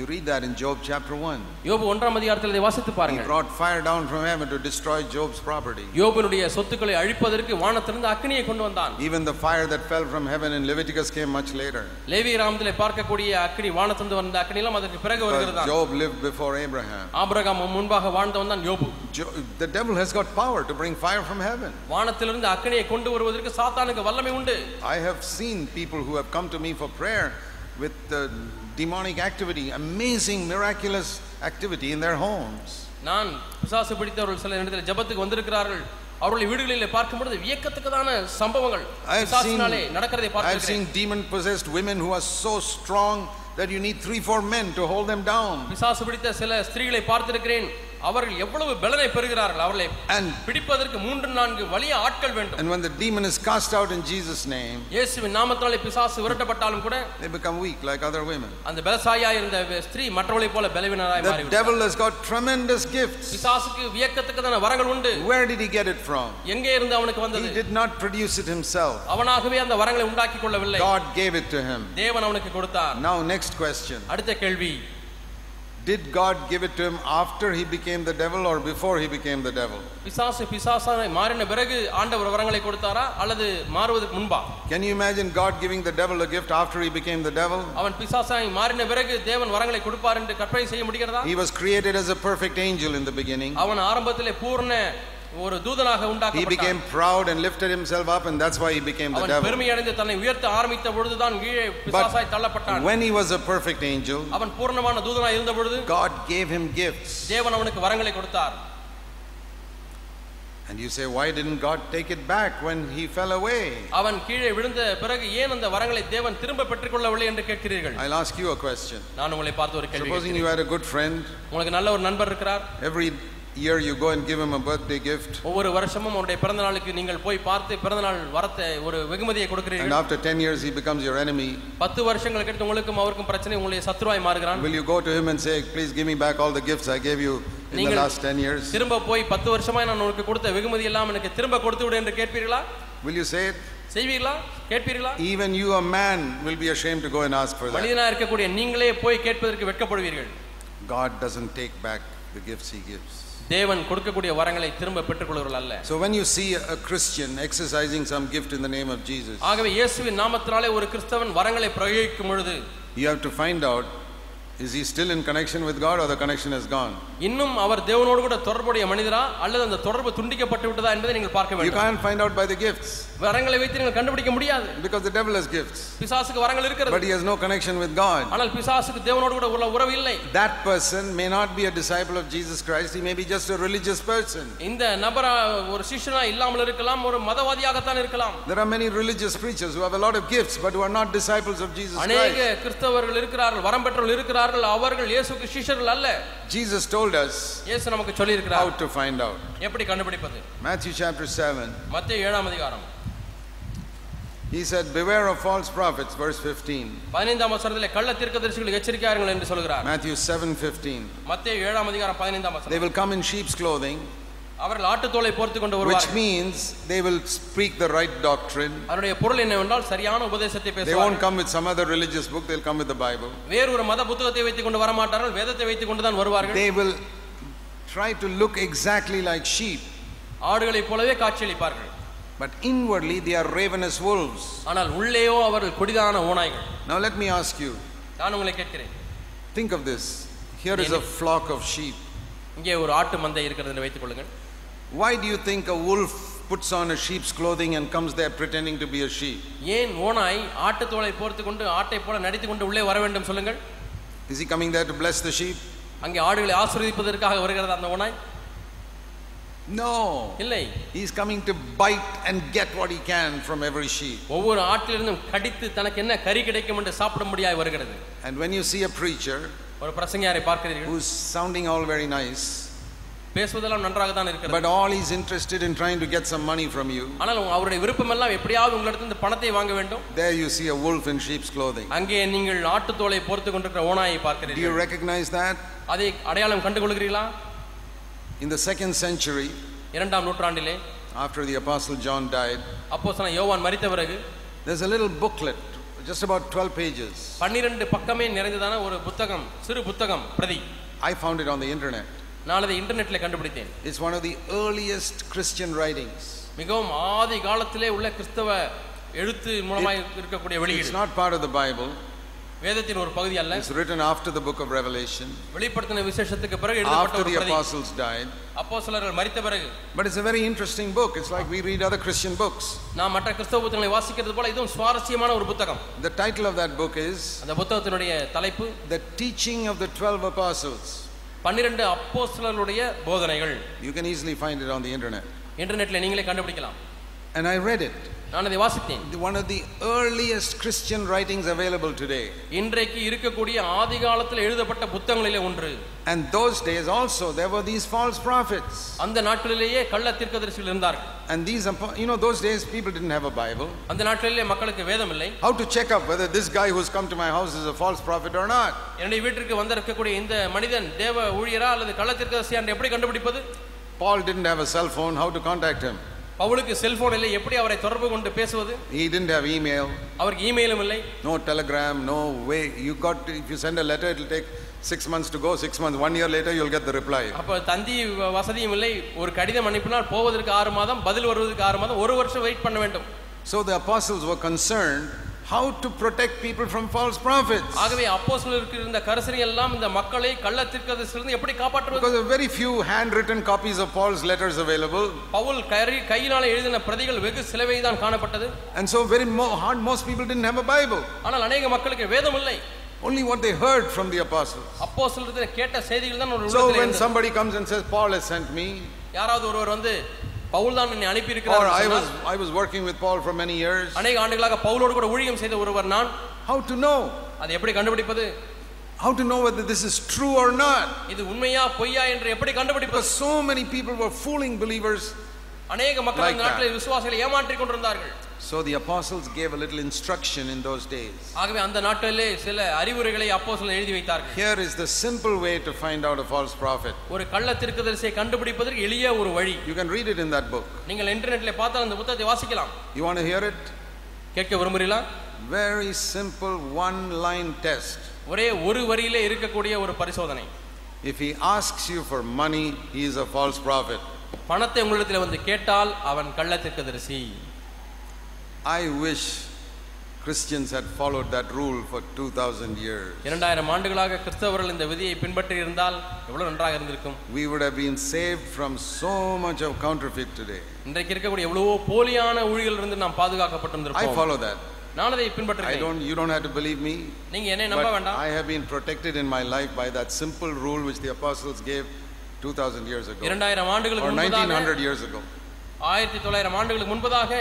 Speaker 1: You read that in Job chapter 1.
Speaker 2: யோபு ஒன்றாம் அதிகாரத்தில் இதை வாசித்து
Speaker 1: He
Speaker 2: பாருங்கள்
Speaker 1: brought fire down from heaven to destroy Job's property.
Speaker 2: யோபுனுடைய சொத்துக்களை அழிப்பதற்கு வானத்திலிருந்து அக்னியை கொண்டு வந்தான்
Speaker 1: Even the fire that fell from heaven in Leviticus came much later.
Speaker 2: Levi கிராமத்திலே பார்க்கக்கூடிய அக்னி வானத்திலிருந்து வந்த அக்னிலாம் அதற்கு பிறகு
Speaker 1: But
Speaker 2: வருகிறதான்
Speaker 1: Job lived before Abraham.
Speaker 2: Abraham முன்பாக வாழ்ந்தவன் தான் யோபு
Speaker 1: Jo- the devil has got power to bring fire from heaven.
Speaker 2: வானத்திலிருந்து அக்னியை கொண்டு வருவதற்கு சாத்தானுக்கு வல்லமை உண்டு
Speaker 1: I have seen people who have come to me for prayer with uh, demonic activity, amazing, miraculous activity in their homes.
Speaker 2: நான் பிசாசு பிடித்தவர்கள் சில இடத்தில் ஜெபத்துக்கு வந்திருக்கிறார்கள் அவர்களை வீடுகளிலே பார்க்கும் பொழுது வியக்கத்தக்கதான சம்பவங்கள்
Speaker 1: I have seen,
Speaker 2: பிசாசினாலே
Speaker 1: I
Speaker 2: நடக்கிறதை
Speaker 1: have
Speaker 2: பார்த்திருக்கிறேன்
Speaker 1: seen demon possessed women who are so strong that you need three, four men to hold them down.
Speaker 2: பிசாசு பிடித்த சில ஸ்திரீகளை பார்த்திருக்கிறேன் அவர்கள் எவ்வளவு பலனை பெறுகிறார்கள் அவர்களை
Speaker 1: And,
Speaker 2: பிடிப்பதற்கு மூன்று நான்கு வலிய ஆட்கள் வேண்டும்
Speaker 1: and when the demon is cast out in Jesus' name,
Speaker 2: இயேசுவின் நாமத்தாலே பிசாசு விரட்டப்பட்டாலும் கூட
Speaker 1: they become weak like other women.
Speaker 2: அந்த பலசாயாய் இருந்த ஸ்திரீ மற்றவளைப் போல பலவீனராய்
Speaker 1: The
Speaker 2: மாறிவிடும்
Speaker 1: devil has got tremendous gifts.
Speaker 2: பிசாசுக்கு வியக்கத்தக்கதான வரங்கள் உண்டு
Speaker 1: Where did he get it from?
Speaker 2: எங்கே இருந்து அவனுக்கு
Speaker 1: He
Speaker 2: வந்தது
Speaker 1: did not produce it himself.
Speaker 2: அவனாகவே அந்த வரங்களை உண்டாக்கி கொள்ளவில்லை
Speaker 1: God gave it to him.
Speaker 2: தேவன் அவனுக்கு கொடுத்தார்
Speaker 1: Now, next question.
Speaker 2: அடுத்த கேள்வி
Speaker 1: Did God give it to him after he became the devil or before he became the devil?
Speaker 2: பிசாசு பிசாசாய் மாறின பிறகு ஆண்டவர் வரங்களை கொடுத்தாரா அல்லது மாறுவதற்கு முன்பா
Speaker 1: Can you imagine God giving the devil a gift after he became the devil?
Speaker 2: அவன் பிசாசாய் மாறின பிறகு தேவன் வரங்களை கொடுப்பார் என்று கற்பனை செய்ய முடிகிறதா
Speaker 1: He was created as a perfect angel in the beginning.
Speaker 2: அவன் ஆரம்பத்திலே பூர்ண ஒரு தூதனாக
Speaker 1: He became
Speaker 2: உண்டாக்கப்பட்டான்
Speaker 1: proud and lifted himself up, and that's why he became the
Speaker 2: அவன்
Speaker 1: devil.
Speaker 2: பெருமை அடைந்து தன்னை உயர்த்த ஆரம்பித்த பொழுதுதான் கீழே பிசாசாய் தள்ளப்பட்டான்
Speaker 1: When he was a perfect angel,
Speaker 2: அவன் பூர்ணமான தூதனாய் இருந்த பொழுது
Speaker 1: God gave him gifts.
Speaker 2: தேவன் அவனுக்கு வரங்களை கொடுத்தார்
Speaker 1: And you say, why didn't God take it back when he fell away?
Speaker 2: அவன் கீழே விழுந்த பிறகு ஏன் அந்த வரங்களை தேவன் திரும்ப பெற்றுக்கொள்ளவில்லை என்று கேட்கிறீர்கள்
Speaker 1: I'll ask you a question.
Speaker 2: நான் உங்களை பார்த்து ஒரு கேள்வி
Speaker 1: Supposing you had a good friend,
Speaker 2: கேட்கிறேன். உங்களுக்கு நல்ல ஒரு நண்பர் இருக்கிறார்
Speaker 1: every year you go and give him a birthday gift,
Speaker 2: ஒவ்வொரு வருஷமும் அவருடைய பிறந்த நாளுக்கு நீங்கள் போய் பார்த்து பிறந்தநாள் வரத்தை ஒரு வெகுமதியை
Speaker 1: and
Speaker 2: கொடுக்கிறீர்கள்
Speaker 1: after 10 years he becomes your enemy.
Speaker 2: பத்து வருஷங்களுக்கு அடுத்து உங்களுக்கும் அவருக்கும் பிரச்சனை உங்களுடைய சத்ருவாய் மாறுகிறான்
Speaker 1: Will you go to him and say, please give me back all the gifts I gave you in the
Speaker 2: நீங்கள்-
Speaker 1: last 10 years?
Speaker 2: திரும்ப போய் பத்து வருஷமா நான் உனக்கு கொடுத்த வெகுமதி எல்லாம் எனக்கு திரும்ப கொடுத்து விடு என்று கேட்பீர்களா
Speaker 1: Will you say it?
Speaker 2: செய்வீர்களா கேட்பீர்களா
Speaker 1: Even you, a man, will be ashamed to go and ask for that.
Speaker 2: மனிதனா இருக்கக்கூடிய நீங்களே போய் கேட்பதற்கு வெட்கப்படுவீர்கள்
Speaker 1: God doesn't take back the gifts he gives.
Speaker 2: தேவன் கொடுக்கக்கூடிய வரங்களை திரும்ப பெற்றுக்கொள்வர்கள் அல்ல
Speaker 1: So when you see a a Christian exercising some gift in the name of Jesus,
Speaker 2: ஆகவே இயேசுவின் நாமத்தினாலே ஒரு கிறிஸ்தவன் வரங்களை பிரயோகிக்கும் பொழுது
Speaker 1: you have to find out is he still in connection with God or the connection has gone?
Speaker 2: இன்னும் அவர் தேவனோடு கூட தொடர்புடைய மனிதரா அல்லது அந்த தொடர்பு துண்டிக்கப்பட்டு விட்டதா என்பதை நீங்கள் பார்க்க
Speaker 1: You
Speaker 2: வேண்டும்
Speaker 1: can't find out by the gifts
Speaker 2: வரங்களை வைத்து நீங்கள் கண்டுபிடிக்க முடியாது
Speaker 1: because the devil has gifts,
Speaker 2: பிசாசுக்கு வரங்கள்
Speaker 1: but
Speaker 2: இருக்கிறது
Speaker 1: he has no connection with God.
Speaker 2: ஆனால் பிசாசுக்கு தேவனோடு கூட உள்ள உறவு இல்லை
Speaker 1: That person may not be a disciple of Jesus Christ, he may be just a religious person.
Speaker 2: இந்த நபரா ஒரு சிஷ்யனா இல்லாமல் இருக்கலாம் ஒரு மதவாதியாகத்தான் இருக்கலாம்
Speaker 1: There are many religious preachers who have a lot of gifts but who are not disciples of Jesus
Speaker 2: அநேக
Speaker 1: Christ.
Speaker 2: கிறிஸ்தவர்கள் இருக்கிறார்கள் வரம் பெற்றவர்கள் இருக்கிறார்கள் அவர்கள் இயேசுக்கு சிஷ்யர்கள் அல்ல
Speaker 1: Jesus told us
Speaker 2: இயேசு நமக்கு
Speaker 1: how
Speaker 2: சொல்லியிருக்கிறார்
Speaker 1: to find out.
Speaker 2: எப்படி கண்டுபிடிப்பது
Speaker 1: Matthew chapter 7,
Speaker 2: மத்திய ஏழாம் அதிகாரம்
Speaker 1: he said, Beware of false prophets, verse 15.
Speaker 2: பதினைந்தாம் வசனத்திலே கள்ள தீர்க்கதரிசிகளுக்கு எச்சரிக்கையாருங்கள் என்று சொல்கிறார்
Speaker 1: Matthew 7 15.
Speaker 2: மத்திய ஏழாம் அதிகாரம் பதினைந்தாம்
Speaker 1: They
Speaker 2: வசனம்
Speaker 1: will come in sheep's clothing,
Speaker 2: அவர்கள் ஆட்டுத்தோலை போர்த்து கொண்டு
Speaker 1: which
Speaker 2: வருவார்கள்
Speaker 1: means they will speak the right doctrine.
Speaker 2: அவருடைய பொருள் என்னவென்றால் சரியான உபதேசத்தை
Speaker 1: They won't
Speaker 2: பேசுவார்கள்
Speaker 1: come with some other religious book, they'll come with the Bible.
Speaker 2: வேறு ஒரு மத புத்தகத்தை வைத்துக் கொண்டு வரமாட்டார்கள் வேதத்தை வைத்துக் கொண்டுதான் வருவார்கள்
Speaker 1: They will try to look exactly like sheep,
Speaker 2: ஆடுகளைப் போலவே காட்சியளிப்பார்கள்
Speaker 1: but inwardly they are ravenous wolves.
Speaker 2: ஆனால் உள்ளேயோ அவர்கள் கொடிதான ஓநாய்கள்
Speaker 1: Now let me ask you
Speaker 2: நான் உங்களை கேட்கிறேன்
Speaker 1: think of this. Here is a flock of sheep.
Speaker 2: இங்கே ஒரு ஆட்டு மந்தை இருக்கிறது என்று வைத்துக் கொள்ளுங்கள்
Speaker 1: Why do you think a wolf puts on a sheep's clothing and comes there pretending to be a sheep?
Speaker 2: ஏன் ஓநாய் ஆட்டுத்தோலை போர்த்து கொண்டு ஆட்டை போல நடித்து கொண்டு உள்ளே வர வேண்டும் சொல்லுங்கள்
Speaker 1: Is he coming there to bless the sheep?
Speaker 2: அங்கே ஆடுகளை ஆசீர்வதிப்பதற்காக வருகிறது அந்த ஓநாய்
Speaker 1: No.
Speaker 2: இல்லை
Speaker 1: He's coming to bite and get what he can from every sheep.
Speaker 2: ஒவ்வொரு ஆட்டிலிருந்தும் கடித்து தனக்கு என்ன கறி கிடைக்கும் என்று சாப்பிடும்படியாய் வருகிறது
Speaker 1: And when you see a preacher
Speaker 2: ஒரு பிரசங்கியாரை பார்க்கிறீர்கள்
Speaker 1: who's sounding all very nice,
Speaker 2: பேசுவதெல்லாம் நன்றாக தான் இருக்கிறது
Speaker 1: but all he's interested in trying to get some money from you,
Speaker 2: ஆனால் உங்க- அவருடைய விருப்பமெல்லாம் எப்படியாவது உங்களிடத்து இந்த பணத்தை வாங்க வேண்டும்
Speaker 1: there you see a wolf in sheep's clothing.
Speaker 2: அங்கே நீங்கள் ஆட்டுத்தோலை போர்த்து கொண்டிருக்கிற ஓநாயை
Speaker 1: Do
Speaker 2: பார்க்கிறீர்கள்
Speaker 1: you recognize that?
Speaker 2: அதை அடையாளம் கண்டுகொள்கிறீர்களா
Speaker 1: In the second century,
Speaker 2: இரண்டாம் நூற்றாண்டிலே
Speaker 1: after the Apostle John died,
Speaker 2: அப்போ சொன்ன யோவான் மரித்த பிறகு
Speaker 1: there's a little booklet, just about 12 pages.
Speaker 2: பன்னிரண்டு பக்கமே நிறைந்ததான ஒரு புத்தகம் சிறு புத்தகம் பிரதி
Speaker 1: I found it on the internet.
Speaker 2: நான் அதை இன்டர்நெட்டில் கண்டுபிடித்தேன்
Speaker 1: It's one of the earliest Christian writings.
Speaker 2: மிகவும் ஆதி காலத்திலே உள்ள கிறிஸ்தவ எழுத்து மூலமாய் இருக்கக்கூடிய
Speaker 1: It's
Speaker 2: வெளியீடு
Speaker 1: not part of the Bible,
Speaker 2: வேதத்தின் ஒரு பகுதி அல்ல
Speaker 1: it's written after the book of Revelation,
Speaker 2: வெளிப்படுத்தின விசேஷத்துக்கு பிறகு
Speaker 1: after
Speaker 2: எழுதப்பட்ட ஒரு
Speaker 1: the
Speaker 2: பிரதி
Speaker 1: apostles died.
Speaker 2: அப்போ மரித்த பிறகு
Speaker 1: But it's a very interesting book. It's like we read other Christian books.
Speaker 2: நான் மற்ற கிறிஸ்தவ புத்தகங்களை வாசிக்கிறது போல இதுவும் சுவாரஸ்யமான ஒரு புத்தகம்
Speaker 1: The title of that book is
Speaker 2: அந்த புத்தகத்தினுடைய தலைப்பு
Speaker 1: The Teaching of the Twelve Apostles.
Speaker 2: பன்னிரண்டு அப்போ போதனைகள்
Speaker 1: You can easily find it on the internet.
Speaker 2: இன்டர்நெட்டில் நீங்களே கண்டுபிடிக்கலாம்
Speaker 1: And I read it.
Speaker 2: நான் அதை வாசித்தேன்
Speaker 1: The- One of the earliest Christian writings available today.
Speaker 2: இன்றைக்கு இருக்கக்கூடிய ஆதி காலத்தில் எழுதப்பட்ட புத்தகங்களிலே ஒன்று
Speaker 1: And those days also, there were these false prophets.
Speaker 2: அந்த நாட்களிலேயே கள்ள தீர்க்கதரிசிகள் இருந்தார்கள்
Speaker 1: And these, apo- you know, those days people didn't have a Bible.
Speaker 2: அந்த நாட்களிலே மக்களுக்கு வேதம் இல்லை
Speaker 1: How to check up whether this guy who's come to my house is a false prophet or not?
Speaker 2: என்னுடைய வீட்டிற்கு வந்திருக்கக்கூடிய இந்த மனிதன் தேவ ஊழியரா அல்லது கள்ள தீர்க்கதரிசியா என்று எப்படி கண்டுபிடிப்பது
Speaker 1: Paul didn't have a cell phone. How to contact him?
Speaker 2: பவுலுக்கு செல்போன் இல்லை எப்படி அவரை தொடர்பு கொண்டு பேசுவது
Speaker 1: He didn't have email.
Speaker 2: அவருக்கு இமெயிலும் இல்லை
Speaker 1: No telegram, no way. You got, to- if you send a letter, it'll take six months to go, six months, one year later, you'll get the reply.
Speaker 2: அப்ப தந்தி வ- வசதியும் இல்லை ஒரு கடிதம் அனுப்பினால் போவதற்கு ஆறு மாதம் பதில் வருவதற்கு ஆறு மாதம் ஒரு வருஷம் வெயிட் பண்ண வேண்டும்
Speaker 1: So the apostles were concerned how to protect people from false prophets.
Speaker 2: ஆகவே அப்போ இருந்த கரிசனை எல்லாம் இந்த மக்களை கள்ள தீர்க்கதரிசியிலிருந்து எப்படி காப்பாற்றுவது
Speaker 1: Because there are very few handwritten copies of Paul's letters available,
Speaker 2: Pavul கரி கையினால எழுதின பிரதிகள் வெகு சிலவை தான் காணப்பட்டது
Speaker 1: and so very mo- hard, most people didn't have a Bible.
Speaker 2: ஆனால் அநேக மக்களுக்கு வேதம் இல்லை
Speaker 1: Only what they heard from the apostles.
Speaker 2: அப்போ சிலர் கேட்ட செய்திகள் தான்
Speaker 1: So
Speaker 2: ஒரு உள்ளத்தில்
Speaker 1: when
Speaker 2: இருந்தது.
Speaker 1: somebody comes and says, Paul has sent me,
Speaker 2: யாராவது ஒருவர் வந்து பவுல் தான் என்னை அனுப்பி
Speaker 1: or I was,
Speaker 2: இருக்கிறார்
Speaker 1: I was working with Paul for many years,
Speaker 2: அநேக ஆண்டுகளாக பவுலோடு கூட ஊழியம் செய்த ஒருவர் நான்
Speaker 1: how to know?
Speaker 2: அதை எப்படி கண்டுபிடிப்பது
Speaker 1: How to know whether this is true or not?
Speaker 2: இது உண்மையா பொய்யா என்று எப்படி
Speaker 1: Because
Speaker 2: கண்டுபிடிப்பது
Speaker 1: so many people were fooling believers.
Speaker 2: அநேக மக்கள்
Speaker 1: Like
Speaker 2: அந்த
Speaker 1: that.
Speaker 2: நாட்டில் விசுவாசிகளை ஏமாற்றிக் கொண்டிருந்தார்கள்
Speaker 1: So the apostles gave a little instruction in those days.
Speaker 2: ஆகவே அந்த நாட்டிலே சில அறிவுரைகளை அப்போ எழுதி வைத்தார்கள்
Speaker 1: Here is the simple way to find out a false prophet.
Speaker 2: ஒரு கள்ள திருக்கதரிசியை கண்டுபிடிப்பதற்கு எளிய ஒரு வழி
Speaker 1: You can read it in that book.
Speaker 2: நீங்கள் இன்டர்நெட்ல பார்த்தால் அந்த புத்தகத்தை வாசிக்கலாம்
Speaker 1: You want to hear it?
Speaker 2: கேட்க விரும்புகிறீங்களா
Speaker 1: Very simple one line test.
Speaker 2: ஒரே ஒரு வரியிலே இருக்கக்கூடிய ஒரு பரிசோதனை
Speaker 1: If he asks you for money, he is a false prophet.
Speaker 2: பணத்தை உங்களிடத்தில் வந்து கேட்டால் அவன் கள்ள திருக்கதரிசி
Speaker 1: I wish Christians had followed that rule for 2000 years.
Speaker 2: இரண்டாயிரம் ஆண்டுகளாக கிறிஸ்தவர்கள் இந்த விதியை பின்பற்றி இருந்தால் எவ்வளவு நன்றாக இருந்திருக்கும்
Speaker 1: We would have been saved from so much of counterfeit today.
Speaker 2: இன்றைக்கு இருக்கக்கூடிய எவ்வளவோ போலியான ஊழிகள் இருந்து நாம்
Speaker 1: I
Speaker 2: பாதுகாக்கப்பட்டிருந்திருப்போம்
Speaker 1: follow that.
Speaker 2: நான் அதை
Speaker 1: I
Speaker 2: பின்பற்றுகிறேன்
Speaker 1: don't you don't have to believe me.
Speaker 2: நீங்க என்னை நம்ப
Speaker 1: But
Speaker 2: வேண்டாம்
Speaker 1: I have been protected in my life by that simple rule which the apostles gave 2000 years ago
Speaker 2: இரண்டாயிரம்
Speaker 1: or
Speaker 2: ஆண்டுகளுக்கு முன்பதாக
Speaker 1: 1900 years ago.
Speaker 2: ஆயிரத்தி தொள்ளாயிரம் ஆண்டுகளுக்கு முன்பதாக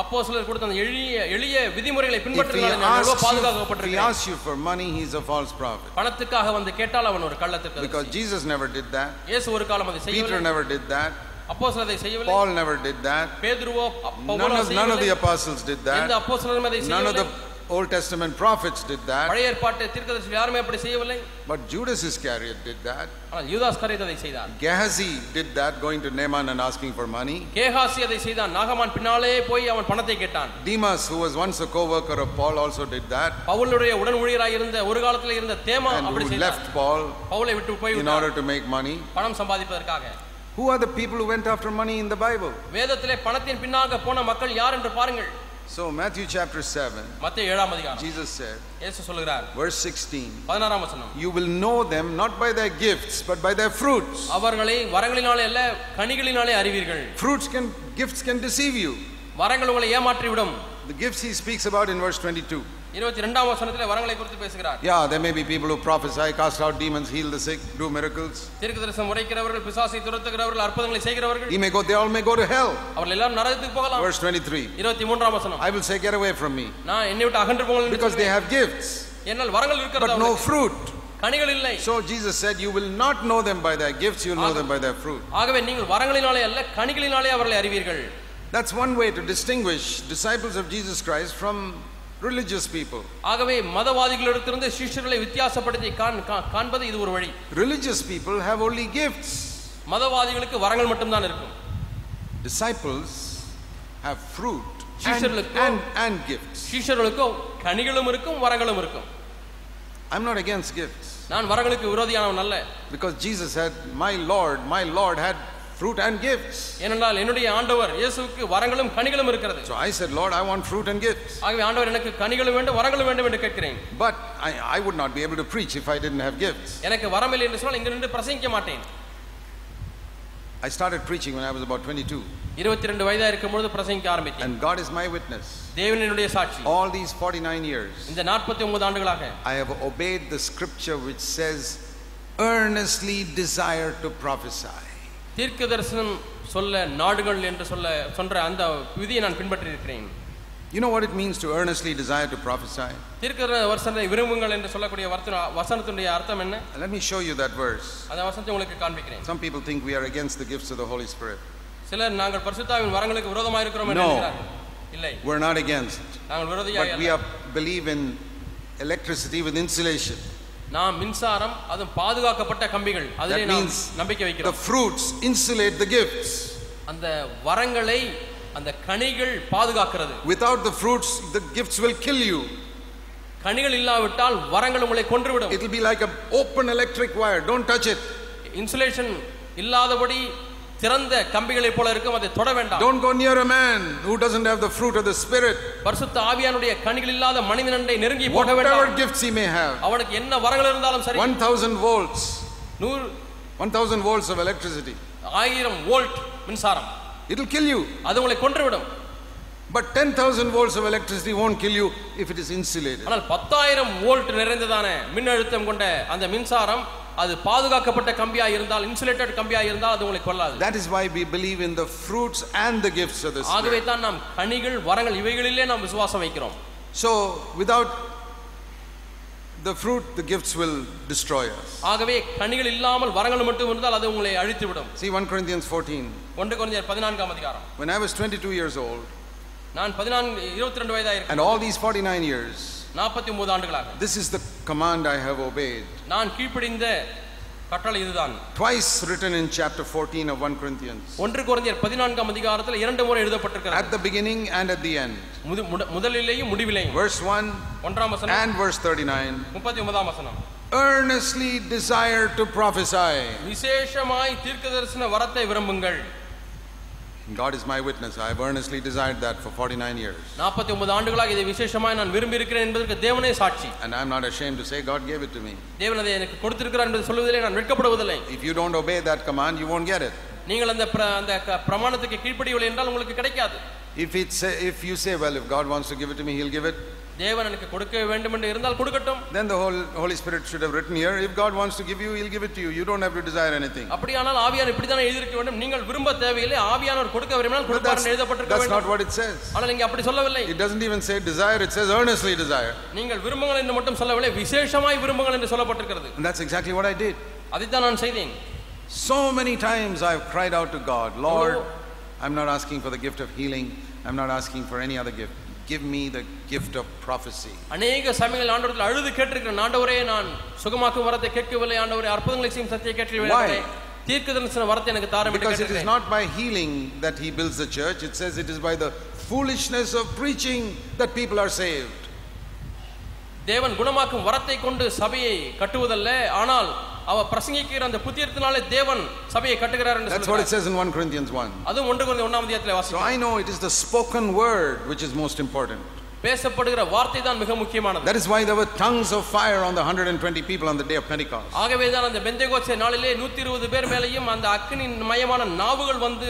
Speaker 2: அப்போ சிலர் கொடுத்த அந்த எளிய எளிய விதிமுறைகளை
Speaker 1: If he
Speaker 2: பின்பற்றினால் நான்
Speaker 1: asks
Speaker 2: எவ்வளவு
Speaker 1: you, if he
Speaker 2: பாதுகாக்கப்பட்டிருக்கிறேன்
Speaker 1: asks you for money, he's a false prophet.
Speaker 2: பணத்துக்காக வந்து கேட்டால் அவன் ஒரு
Speaker 1: Because
Speaker 2: கள்ளத்திற்கு
Speaker 1: Jesus never did that.
Speaker 2: இயேசு ஒரு காலம் அதை
Speaker 1: Peter
Speaker 2: செய்யவில்லை
Speaker 1: never did that.
Speaker 2: அப்போ அதை செய்யவில்லை
Speaker 1: Paul never did that.
Speaker 2: பேதுருவோ அப்போ
Speaker 1: None of, none of the apostles did
Speaker 2: எந்த
Speaker 1: that.
Speaker 2: அப்போ அதை
Speaker 1: None of the
Speaker 2: செய்யவில்லை
Speaker 1: Old Testament prophets did that,
Speaker 2: பழைய ஏற்பாட்டு தீர்க்கதரிசிகள் யாருமே அப்படி செய்யவில்லை
Speaker 1: but Judas Iscariot did that.
Speaker 2: ஆனால் யூதாஸ் கரைத் அதை செய்தார்
Speaker 1: Gehazi did that, going to Naaman and asking for money.
Speaker 2: கேகாசி அதை செய்தான் நாகமான் பின்னாலே போய் அவன் பணத்தை கேட்டான்
Speaker 1: Demas, who was once a co worker of Paul, also did that,
Speaker 2: பவுலுடைய உடன் ஊழியராய் இருந்த ஒரு காலத்தில் இருந்த தேமா
Speaker 1: and
Speaker 2: அப்படி
Speaker 1: who
Speaker 2: செய்தார்
Speaker 1: left Paul
Speaker 2: பவுலை விட்டு போய்
Speaker 1: in order to make money.
Speaker 2: பணம் சம்பாதிப்பதற்காக
Speaker 1: Who are the people who went after money in the Bible?
Speaker 2: வேதத்திலே பணத்தின் பின்னாக போன மக்கள் யார் என்று பாருங்கள்
Speaker 1: So, Matthew chapter 7,
Speaker 2: மத்திய ஏழாம் அதிகாரம்
Speaker 1: Jesus said,
Speaker 2: இயேசு சொல்கிறார்
Speaker 1: verse 16,
Speaker 2: பதினாறாம் வசனம்
Speaker 1: You will know them not by their gifts, but by their fruits.
Speaker 2: அவர்களை வரங்களினாலே அல்ல கனிகளினாலே அறிவீர்கள்
Speaker 1: Fruits can, gifts can deceive you.
Speaker 2: வரங்கள் உங்களை ஏமாற்றிவிடும்
Speaker 1: The gifts he speaks about in verse 22.
Speaker 2: இருபத்தி ரெண்டாம் வசனத்திலே வரங்களை குறித்து பேசுகிறார்
Speaker 1: Yeah, there may be people who prophesy, cast out demons, heal the sick, do miracles.
Speaker 2: தீர்க்கதரிசனம் உரைக்கிறவர்கள் பிசாசை துரத்துகிறவர்கள் அற்புதங்களை செய்கிறவர்கள்
Speaker 1: He may go, they all may go to hell.
Speaker 2: அவர்கள் எல்லாரும் நரகத்துக்கு போகலாம்
Speaker 1: Verse 23.
Speaker 2: இருபத்தி மூன்றாம் வசனம்
Speaker 1: I will say, get away from me.
Speaker 2: நான் என்னை விட்டு அகன்று போங்கள் என்று
Speaker 1: Because they
Speaker 2: சொல்லுவேன்.
Speaker 1: have gifts,
Speaker 2: என்னால் வரங்கள் இருக்கிறது
Speaker 1: but no
Speaker 2: அவர்களுக்கு.
Speaker 1: fruit.
Speaker 2: கனிகள் இல்லை
Speaker 1: So Jesus said, You will not know them by their gifts, you'll know them by their fruit.
Speaker 2: ஆகவே நீங்கள் வரங்களினாலே அல்ல கனிகளினாலே அவர்களை அறிவீர்கள்
Speaker 1: That's one way to distinguish disciples of Jesus Christ from religious people.
Speaker 2: ஆகவே மதவாதிகளிடத்திலிருந்து சிஷ்யர்களை வித்தியாசப்படுத்தி காண் கா- காண்பது இது ஒரு வழி
Speaker 1: Religious people have only gifts,
Speaker 2: மதவாதிகளுக்கு வரங்கள் மட்டும்தான் இருக்கும்
Speaker 1: disciples have fruit and,
Speaker 2: சீஷர்களுக்கு-
Speaker 1: and, and gifts.
Speaker 2: சிஷ்யர்களுக்கும் கனிகளும் இருக்கும் வரங்களும் இருக்கும்
Speaker 1: I'm not against gifts
Speaker 2: நான் வரங்களுக்கு விரோதியானவன் அல்ல
Speaker 1: because Jesus said, My Lord, my Lord had fruit and gifts.
Speaker 2: ஏனென்றால் என்னுடைய ஆண்டவர் இயேசுவுக்கு வரங்களும் கனிகளும் இருக்கிறது
Speaker 1: So I said, Lord, I want fruit and gifts.
Speaker 2: ஆகவே ஆண்டவர் எனக்கு கனிகளும் வேண்டும் வரங்களும் வேண்டும் என்று கேட்கிறேன்
Speaker 1: But I, I would not be able to preach if I didn't have gifts.
Speaker 2: எனக்கு வரமில்லை என்று சொன்னால் இங்கு நின்று பிரசங்கிக்க மாட்டேன்
Speaker 1: I started preaching when I was about 22,
Speaker 2: இருபத்தி ரெண்டு வயதா இருக்கும் பொழுது பிரசங்கிக்க ஆரம்பித்தேன்
Speaker 1: and God is my witness.
Speaker 2: தேவனுடைய சாட்சி
Speaker 1: All these 49 years,
Speaker 2: இந்த நாற்பத்தி ஒன்பது ஆண்டுகளாக
Speaker 1: I have obeyed the scripture which says, earnestly desire to prophesy.
Speaker 2: தீர்க்க தரிசனம் சொல்ல நாடுகள் என்று சொல்ல சொல்ற அந்த விதியை நான் பின்பற்றி இருக்கிறேன்
Speaker 1: You know what it means to earnestly desire to prophesy?
Speaker 2: தீர்க்க வசனத்தை விரும்புங்கள் என்று சொல்லக்கூடிய வர்த்தன- வசனத்தினுடைய அர்த்தம் என்ன
Speaker 1: Let me show you that verse.
Speaker 2: அந்த வசனத்தை உங்களுக்கு காண்பிக்கிறேன்
Speaker 1: Some people think we are against the gifts of the Holy Spirit.
Speaker 2: சிலர் நாங்கள் பரிசுத்தாவின் வரங்களுக்கு விரோதமாக இருக்கிறோம் என்று
Speaker 1: No.
Speaker 2: நினைக்கிறார்கள். இல்லை
Speaker 1: We're not against,
Speaker 2: நாங்கள் விரோதியாக
Speaker 1: but we
Speaker 2: அல்ல.
Speaker 1: are, believe in electricity with insulation.
Speaker 2: நாம் மின்சாரம் அதுவும் பாதுகாக்கப்பட்ட கம்பிகள் அதிலே
Speaker 1: That
Speaker 2: நாம்
Speaker 1: means
Speaker 2: நம்பிக்கை
Speaker 1: The
Speaker 2: வைக்கிறோம்
Speaker 1: fruits insulate the gifts.
Speaker 2: அந்த வரங்களை அந்த கனிகள் பாதுகாக்கிறது
Speaker 1: Without the fruits, the gifts will kill you.
Speaker 2: கனிகள் இல்லாவிட்டால் வரங்கள் உங்களை கொன்றுவிடும்
Speaker 1: It'll be like an open electric wire. Don't touch it.
Speaker 2: Insulation இல்லாதபடி திறந்த கம்பிகளைப் போல இருக்கும் அதை தொட வேண்டாம்
Speaker 1: Don't go near a man who doesn't have the fruit of the Spirit,
Speaker 2: பரிசுத்த ஆவியானுடைய கண்கள் இல்லாத மனிதனண்டை நெருங்கி போக
Speaker 1: whatever
Speaker 2: வேண்டாம்
Speaker 1: gifts he may have.
Speaker 2: அவனுக்கு என்ன வரங்கள் இருந்தாலும் சரி
Speaker 1: 1000 volts,
Speaker 2: நூறு
Speaker 1: 1000 volts of electricity.
Speaker 2: ஆயிரம் வோல்ட் மின்சாரம்
Speaker 1: It'll kill you.
Speaker 2: அது உங்களை கொன்றுவிடும்
Speaker 1: But 10,000 volts of electricity won't kill you if it is insulated.
Speaker 2: ஆனால் பத்தாயிரம் வோல்ட் நிறைந்ததான மின் அழுத்தம் கொண்ட அந்த மின்சாரம் அது பாதுகாக்கப்பட்ட கம்பியா இருந்தால் இன்சுலேட்டட் கம்பியா இருந்தால் அது உங்களை கொல்லாது
Speaker 1: That is why we believe in the fruits and the gifts of the
Speaker 2: ஆகவே
Speaker 1: Spirit.
Speaker 2: தான் நாம் கனிகள் வரங்கள் இவைகளிலே நாம் விசுவாசம் வைக்கிறோம்
Speaker 1: So, without the fruit, the gifts will destroy us.
Speaker 2: ஆகவே கனிகள் இல்லாமல் வரங்கள் மட்டும் இருந்தால் அது உங்களை அழித்து விடும்
Speaker 1: See 1 Corinthians 14.
Speaker 2: ஒன்று குறைஞ்சர் பதினான்காம் அதிகாரம்
Speaker 1: When I was 22 years old,
Speaker 2: நான் பதினான்கு இருபத்தி ரெண்டு வயதாயிருக்கேன்
Speaker 1: and all these 49 years,
Speaker 2: நாற்பத்தி ஒன்பது ஆண்டுகளாக
Speaker 1: this is the command I have obeyed.
Speaker 2: நான் கீழ்ப்படிந்த கட்டளை இதுதான்
Speaker 1: Twice written in chapter 14 of 1 Corinthians.
Speaker 2: ஒன்று குறைந்தர் பதினான்காம் அதிகாரத்தில் இரண்டு முறை எழுதப்பட்டிருக்கிறது
Speaker 1: At the beginning and at the end.
Speaker 2: முது- முட- முதலிலேயும் முடிவிலேயும்
Speaker 1: Verse 1
Speaker 2: ஒன்றாம் வசனம்
Speaker 1: and verse 39.
Speaker 2: முப்பத்தி ஒன்பதாம் வசனம்
Speaker 1: Earnestly desire to prophesy.
Speaker 2: விசேஷமாய் தீர்க்க தரிசன வரத்தை விரும்புங்கள்
Speaker 1: God is my witness. I have earnestly desired that for 49 years.
Speaker 2: நாற்பத்தி ஒன்பது ஆண்டுகளாக இதை விசேஷமாய் நான் விரும்பி இருக்கிறேன் என்பதற்கு தேவனே சாட்சி
Speaker 1: And I'm not ashamed to say God gave it to me.
Speaker 2: தேவன் அதை எனக்கு கொடுத்திருக்கிறார் என்பதை சொல்வதிலே நான் வெட்கப்படுவதில்லை
Speaker 1: If you don't obey that command, you won't get it.
Speaker 2: நீங்கள் அந்த பிர- அந்த க- பிரமாணத்துக்கு கீழ்ப்படியவில்லை என்றால் உங்களுக்கு கிடைக்காது
Speaker 1: If, it say, if you say, well, if God wants to give it to me, He'll give it,
Speaker 2: தேவன் எனக்கு கொடுக்க வேண்டும் என்று இருந்தால் கொடுக்கட்டும்
Speaker 1: then the whole Holy Spirit should have written here, if God wants to give you, He'll give it to you. You don't have to desire anything.
Speaker 2: அப்படியானால் ஆவியார் இப்படித்தானே எழுதியிருக்க வேண்டும் நீங்கள் விரும்ப தேவையில்லை ஆவியானவர் கொடுக்க விரும்பினால்
Speaker 1: But that's,
Speaker 2: கொடுப்பார் எழுதப்பட்டிருக்க
Speaker 1: that's
Speaker 2: வேண்டும்
Speaker 1: not what it says.
Speaker 2: ஆனால் இங்கே அப்படி சொல்லவில்லை
Speaker 1: It doesn't even say desire, it says earnestly desire.
Speaker 2: நீங்கள் விரும்புங்கள் என்று மட்டும் சொல்லவில்லை விசேஷமாய் விரும்புங்கள் என்று சொல்லப்பட்டிருக்கிறது
Speaker 1: And that's exactly what I did.
Speaker 2: அதைத்தான் நான் செய்தேன்
Speaker 1: So many times I've cried out to God, Lord, I'm not asking for the gift of healing, I'm not asking for any other gift. Give me the gift of prophecy.
Speaker 2: அநேக சமயங்கள் ஆண்டவரத்தில் அழுது கேட்டிருக்கிறேன் ஆண்டவரே நான் சுகமாக்கும் வரத்தை கேட்கவில்லை ஆண்டவரே அற்புதங்களை செய்யும் சத்தியை கேட்கவில்லை
Speaker 1: Why?
Speaker 2: ஆண்டவரே. தீர்க்கதரிசன வரத்தை எனக்கு தாரும் என்று
Speaker 1: Because it is
Speaker 2: கேட்டிருக்கிறேன்.
Speaker 1: not by healing that he builds the church. It says it is by the foolishness of preaching that people are saved.
Speaker 2: தேவன் குணமாக்கும் வரத்தை கொண்டு சபையை கட்டுவதல்ல ஆனால் அவர் பிரசங்கிக்கிற அந்த புத்தியத்தினாலே தேவன் சபையை கட்டுகிறார் என்று
Speaker 1: That's what it
Speaker 2: சொல்கிறார்
Speaker 1: says in 1 Corinthians 1.
Speaker 2: அதுவும் ஒன்று குழந்தை ஒன்றாம் அதிகாரத்தில்
Speaker 1: So
Speaker 2: வாசிக்கிறோம்
Speaker 1: I know it is the spoken word which is most important.
Speaker 2: பேசப்படுகிற வார்த்தை தான் மிக முக்கியமானது
Speaker 1: That is why there were tongues of fire on the 120 people on the day of Pentecost.
Speaker 2: ஆகவே தான் அந்த பெந்தேகோச்சே நாளிலே நூத்தி இருபது பேர் மேலேயும் அந்த அக்னியின் மயமான நாவுகள் வந்து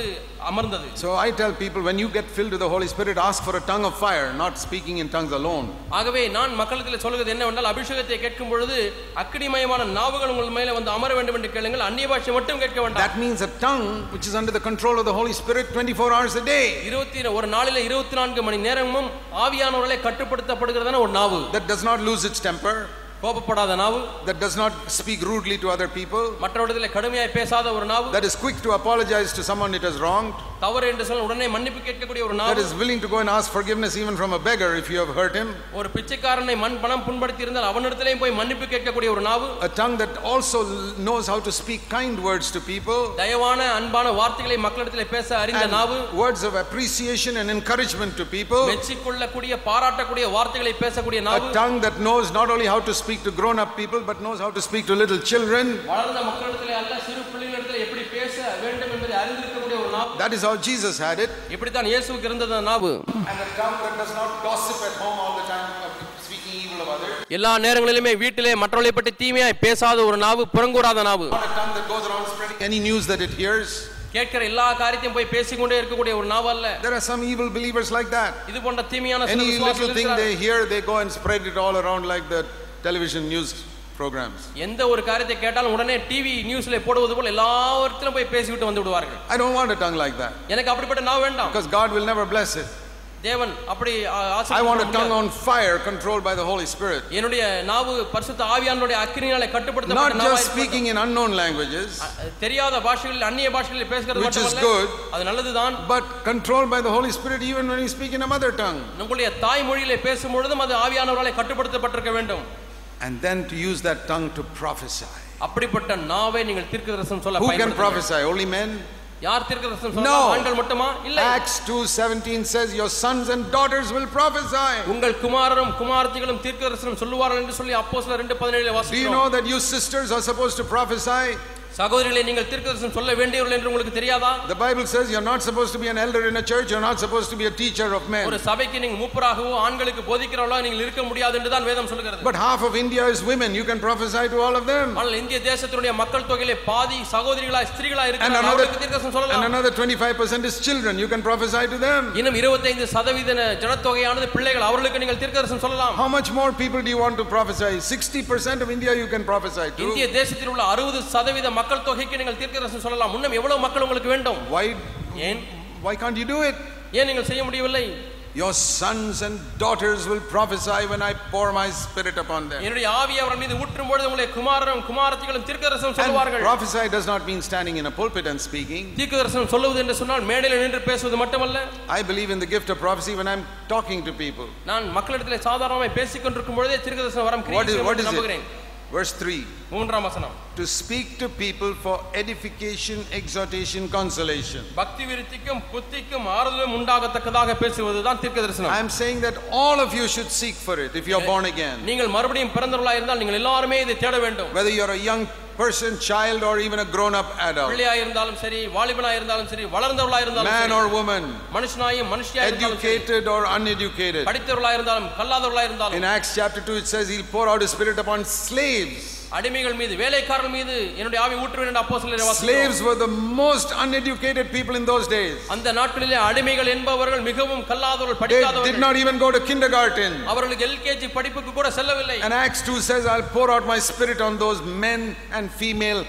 Speaker 2: அமர்ந்தது
Speaker 1: So I tell people when you get filled with the Holy Spirit, ask for a tongue of fire, not speaking in tongues alone.
Speaker 2: ஆகவே நான் மக்களிடத்தில் சொல்கிறது என்னவென்றால் அபிஷேகத்தை கேட்கும் பொழுது அக்னிமயமான நாவுகள் உங்கள் மேலே வந்து அமர வேண்டும் என்று கேளுங்கள் அந்நிய பாஷை மட்டும் கேட்க வேண்டாம்
Speaker 1: That means a tongue which is under the control of the Holy Spirit 24 hours a day.
Speaker 2: இருபத்தி ஒரு நாளில இருபத்தி நான்கு மணி நேரமும் ஆவியானவர்களே கட்டுப்படுத்தப்படுகிறதான ஒரு நாவு
Speaker 1: That does not lose its temper,
Speaker 2: கோபப்படாத நாவு
Speaker 1: that does not speak rudely to other people,
Speaker 2: மற்றவர்களிடத்தில் கடுமையாய் பேசாத ஒரு நாவு
Speaker 1: that is quick to apologize to someone it has wronged,
Speaker 2: தவறு என்று சொல்ல உடனே மன்னிப்பு கேட்கக்கூடிய ஒரு
Speaker 1: that
Speaker 2: நாவு
Speaker 1: is willing to go and ask forgiveness even from a beggar if you have hurt him,
Speaker 2: ஒரு பிச்சைக்காரனை மண் பணம் புண்படுத்தி இருந்தால் அவனிடத்திலேயும் போய் மன்னிப்பு கேட்கக்கூடிய ஒரு நாவு
Speaker 1: a tongue that also l- knows how to speak kind words to people,
Speaker 2: தயவான அன்பான வார்த்தைகளை மக்களிடத்தில் பேச அறிந்த நாவு
Speaker 1: and words of appreciation and encouragement to people,
Speaker 2: மெச்சிக்கொள்ளக்கூடிய பாராட்டக்கூடிய வார்த்தைகளை பேசக்கூடிய நாவு
Speaker 1: a tongue that knows not only how to speak to grown up people but knows how to speak to little children.
Speaker 2: வளர்ந்த மக்களிடத்தில் அல்ல சிறு பிள்ளைகளிடத்தில் எப்படி பேச வேண்டும் என்பதை அறிந்திருக்கக்கூடிய ஒரு நாவு
Speaker 1: That is how Jesus had it.
Speaker 2: இப்படித்தான் இயேசுவுக்கு இருந்தது அந்த நாவு
Speaker 1: And a tongue that does not gossip at home all the time, of speaking evil of others.
Speaker 2: எல்லா நேரங்களிலுமே வீட்டிலே மற்றவர்களை பற்றி தீமையாய் பேசாத ஒரு நாவு புறங்கூறாத நாவு
Speaker 1: Not a tongue that goes around spreading any news that it hears.
Speaker 2: கேட்கிற எல்லா காரியத்தையும் போய் பேசிக்கொண்டே இருக்கக்கூடிய ஒரு நாவு அல்ல
Speaker 1: There are some evil believers like that.
Speaker 2: இது போன்ற தீமையான சில
Speaker 1: Any
Speaker 2: விசுவாசிகள்
Speaker 1: little thing
Speaker 2: இருக்கிறார்கள்.
Speaker 1: they hear, they go and spread it all around like the television news programs.
Speaker 2: எந்த ஒரு காரியத்தை கேட்டாலும் உடனே டிவி நியூஸ்ல போடுவது போல் எல்லாவற்றிலும் போய் பேசிவிட்டு வந்து விடுவார்கள்
Speaker 1: I don't want a tongue like that
Speaker 2: எனக்கு அப்படிப்பட்ட நாவு வேண்டாம்
Speaker 1: because God will never bless it.
Speaker 2: தேவன் அப்படி ஆ,
Speaker 1: I
Speaker 2: ஆசீர்வாதம்
Speaker 1: want a
Speaker 2: பண்ண
Speaker 1: tongue
Speaker 2: முடியாது.
Speaker 1: on fire controlled by the Holy Spirit.
Speaker 2: என்னுடைய நாவு பரிசுத்த ஆவியானுடைய அக்கினியாலே
Speaker 1: Not
Speaker 2: கட்டுப்படுத்தப்பட்ட நாவாய்
Speaker 1: just
Speaker 2: இருக்கட்டும்.
Speaker 1: speaking in unknown languages,
Speaker 2: அ- தெரியாத பாஷைகளில் அந்நிய பாஷைகளில் பேசுகிறது
Speaker 1: Which is
Speaker 2: மட்டுமல்ல,
Speaker 1: good.
Speaker 2: அது நல்லதுதான்
Speaker 1: but controlled by the Holy Spirit even when we speak in a mother tongue.
Speaker 2: நம்முடைய தாய்மொழியிலே பேசும் பொழுதும் அது ஆவியானவராலே கட்டுப்படுத்தப்பட்டிருக்க வேண்டும்
Speaker 1: And then to use that tongue to prophesy.
Speaker 2: அப்படிப்பட்ட நாவை நீங்கள் தீர்க்கதரிசனம் சொல்ல
Speaker 1: Who can
Speaker 2: பயன்படுத்துங்கள்.
Speaker 1: prophesy? Only men?
Speaker 2: யார் தீர்க்கதரிசனம்
Speaker 1: No.
Speaker 2: சொல்லலாம் ஆண்கள் மட்டுமா இல்லை
Speaker 1: Acts 2:17 says, "Your sons and daughters will prophesy."
Speaker 2: உங்கள் குமாரரும் குமாரத்திகளும் தீர்க்கதரிசனம் சொல்லுவார்கள் என்று சொல்லி அப்போஸ்தலர் ரெண்டு பதினேழு
Speaker 1: Do you
Speaker 2: வாசிக்கிறோம்
Speaker 1: know that you sisters are supposed to prophesy?
Speaker 2: சகோதரிகளை நீங்கள் தீர்க்கதரிசனம் சொல்ல வேண்டியவர்கள் என்று உங்களுக்கு தெரியாதா
Speaker 1: The Bible says you're not supposed to be an elder in a church, you're not supposed to be a teacher of
Speaker 2: ஒரு
Speaker 1: men.
Speaker 2: சபைக்கு நீங்கள் மூப்பராகவோ ஆண்களுக்கு போதிக்கிறவர்களோ நீங்கள் இருக்க முடியாது என்று தான் வேதம் சொல்கிறது
Speaker 1: But half of India is women, you can prophesy to all of them.
Speaker 2: ஆனால் இந்திய தேசத்தினுடைய மக்கள் தொகையிலே பாதி சகோதரிகளாய் ஸ்திரீகளாய்
Speaker 1: And
Speaker 2: இருக்கிறார்கள்
Speaker 1: another,
Speaker 2: அவர்களுக்கு தீர்க்கதரிசனம்
Speaker 1: and
Speaker 2: சொல்லலாம்
Speaker 1: another 25% is children, you can prophesy to them.
Speaker 2: இன்னும் இருபத்தைந்து சதவீத ஜனத்தொகையானது பிள்ளைகள் அவர்களுக்கு நீங்கள் தீர்க்கதரிசனம் சொல்லலாம்
Speaker 1: How much more people do you want to prophesy? 60% of India you can prophesy
Speaker 2: இந்திய
Speaker 1: to.
Speaker 2: தேசத்தில் உள்ள அறுபது சதவீத மக்கள் தொகைக்கு நீங்கள் தீர்க்கதரிசனம் சொல்லலாம் இன்னும் எவ்வளவு மக்கள் உங்களுக்கு வேண்டும்
Speaker 1: Why,
Speaker 2: ஏன்
Speaker 1: why can't you do it?
Speaker 2: ஏன் நீங்கள் செய்ய முடியவில்லை
Speaker 1: Your sons and daughters will prophesy when I pour my spirit upon them.
Speaker 2: என்னுடைய ஆவி அவர் மீது ஊற்றும் பொழுது உங்களுடைய குமாரரும் குமாரத்திகளும் தீர்க்கதரிசனம்
Speaker 1: And
Speaker 2: சொல்லுவார்கள்
Speaker 1: prophesy does not mean standing in a pulpit and speaking.
Speaker 2: தீர்க்கதரிசனம் சொல்லுவது என்று சொன்னால் மேடையில் நின்று பேசுவது மட்டுமல்ல
Speaker 1: I believe in the gift of prophecy when I'm talking to people.
Speaker 2: நான் மக்களிடத்தில் சாதாரணமாக பேசிக் கொண்டிருக்கும் பொழுதே தீர்க்கதரிசனம் வரம்
Speaker 1: What is,
Speaker 2: கிரியை
Speaker 1: what is it?
Speaker 2: நம்புகிறேன்
Speaker 1: Verse 3
Speaker 2: மூன்றாம் வசனம்
Speaker 1: To speak to people for edification, exhortation, consolation.
Speaker 2: பக்தி விருத்திக்கும் புத்திக்கும் ஆறுதலும் உண்டாகத்தக்கதாக பேசுவதுதான் தீர்க்கதரிசனம்
Speaker 1: I am saying that all of you should seek for it if you're born again.
Speaker 2: நீங்கள் மறுபடியும் பிறந்தவர்களாக இருந்தால் நீங்கள் எல்லாருமே இதை தேட வேண்டும்
Speaker 1: Whether you're a young person, child, or even a grown up adult,
Speaker 2: பிள்ளையா இருந்தாலும் சரி வாலிபனா இருந்தாலும் சரி வளர்ந்தவர்களா இருந்தாலும்
Speaker 1: man
Speaker 2: சரி,
Speaker 1: or woman,
Speaker 2: மனுஷனாயும் மனுஷியா இருந்தாலும் சரி,
Speaker 1: educated or uneducated.
Speaker 2: படித்தவர்களா இருந்தாலும் கல்லாதவர்களா இருந்தாலும்
Speaker 1: In Acts chapter 2, it says he'll pour out his spirit upon slaves.
Speaker 2: அடிமைகள் மீது வேலைக்காரர்கள் மீது என்னுடைய ஆவி ஊற்றுவேன் என்று அப்போஸ்தலர் வாசிக்கிறோம்
Speaker 1: Slaves were the most uneducated people in those days.
Speaker 2: அந்த நாட்களிலே அடிமைகள் என்பவர்கள் மிகவும் கல்லாதவர்கள்
Speaker 1: They did
Speaker 2: படிக்காதவர்கள்
Speaker 1: not even go to kindergarten.
Speaker 2: அவர்களுக்கு எல்கேஜி படிப்புக்கு கூட செல்லவில்லை
Speaker 1: And Acts 2 says, I'll pour out my spirit on those men and female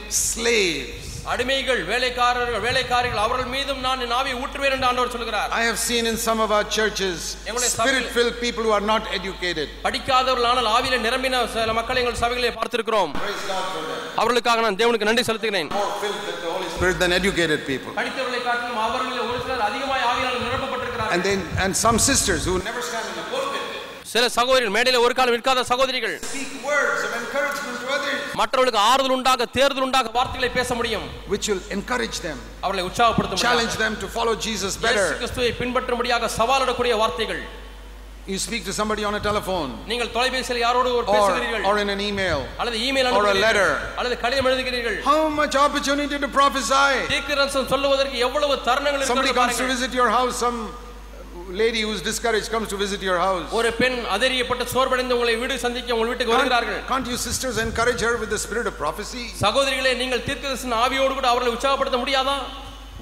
Speaker 1: slaves.
Speaker 2: அடிமைகள் வேலைக்காரர்கள் வேலைக்காரிகள் அவர்கள் மீதும் நான் என் ஆவி ஊற்றுவேன் என்று ஆண்டவர் சொல்கிறார்
Speaker 1: I have seen in some of our churches
Speaker 2: எங்களுடைய சபையில-
Speaker 1: spirit filled people who are not educated.
Speaker 2: படிக்காதவர்கள் ஆனால் ஆவியில நிரம்பின சில மக்களை எங்கள் சபைகளை பார்த்திருக்கிறோம்
Speaker 1: Praise God for them.
Speaker 2: அவர்களுக்காக நான் தேவனுக்கு நன்றி செலுத்துகிறேன்
Speaker 1: More filled with the Holy Spirit than educated people.
Speaker 2: படித்தவர்களை காட்டிலும் அவர்களில் ஒரு சிலர் அதிகமாய் ஆவியால் நிரப்பப்பட்டிருக்கிறார்கள்
Speaker 1: And then, and some sisters who never stand in the pulpit
Speaker 2: சில சகோதரிகள் மேடையில ஒரு காலம் நிற்காத சகோதரிகள்
Speaker 1: speak words of encouragement to others,
Speaker 2: மற்றவர்களுக்கு ஆறுதல் உண்டாக தேர்தல் உண்டாக வார்த்தைகளை பேச முடியும்
Speaker 1: which will encourage them,
Speaker 2: அவர்களை உற்சாகப்படுத்த முடியும்.
Speaker 1: challenge them to follow Jesus
Speaker 2: இயேசு
Speaker 1: better.
Speaker 2: கிறிஸ்துவை பின்பற்றும்படியாக சவாலிடக்கூடிய வார்த்தைகள்
Speaker 1: You speak to somebody on a telephone
Speaker 2: நீங்கள் தொலைபேசியில் யாரோடு ஒரு
Speaker 1: or,
Speaker 2: பேசுகிறீர்கள்
Speaker 1: or in an email.
Speaker 2: அல்லது இமெயில்
Speaker 1: Or a letter.
Speaker 2: அல்லது கடிதம் எழுதுகிறீர்கள்
Speaker 1: How much opportunity to prophesy?
Speaker 2: தீர்க்கதரிசனம் சொல்லுவதற்கு எவ்வளவு தருணங்கள்
Speaker 1: Somebody
Speaker 2: இருக்கிறது
Speaker 1: comes to
Speaker 2: பாருங்கள்.
Speaker 1: visit your house, some lady who's discouraged comes to visit your house.
Speaker 2: ஒரு பெண் அதரியப்பட்டு சோர்வடைந்து உங்களை வீடு சந்திக்க உங்கள் வீட்டுக்கு வருகிறார்கள்
Speaker 1: Can't, can't you sisters encourage her with the spirit of prophecy?
Speaker 2: சகோதரிகளே நீங்கள் தீர்க்கதரிசன ஆவியோடு கூட அவர்களை உற்சாகப்படுத்த முடியாதா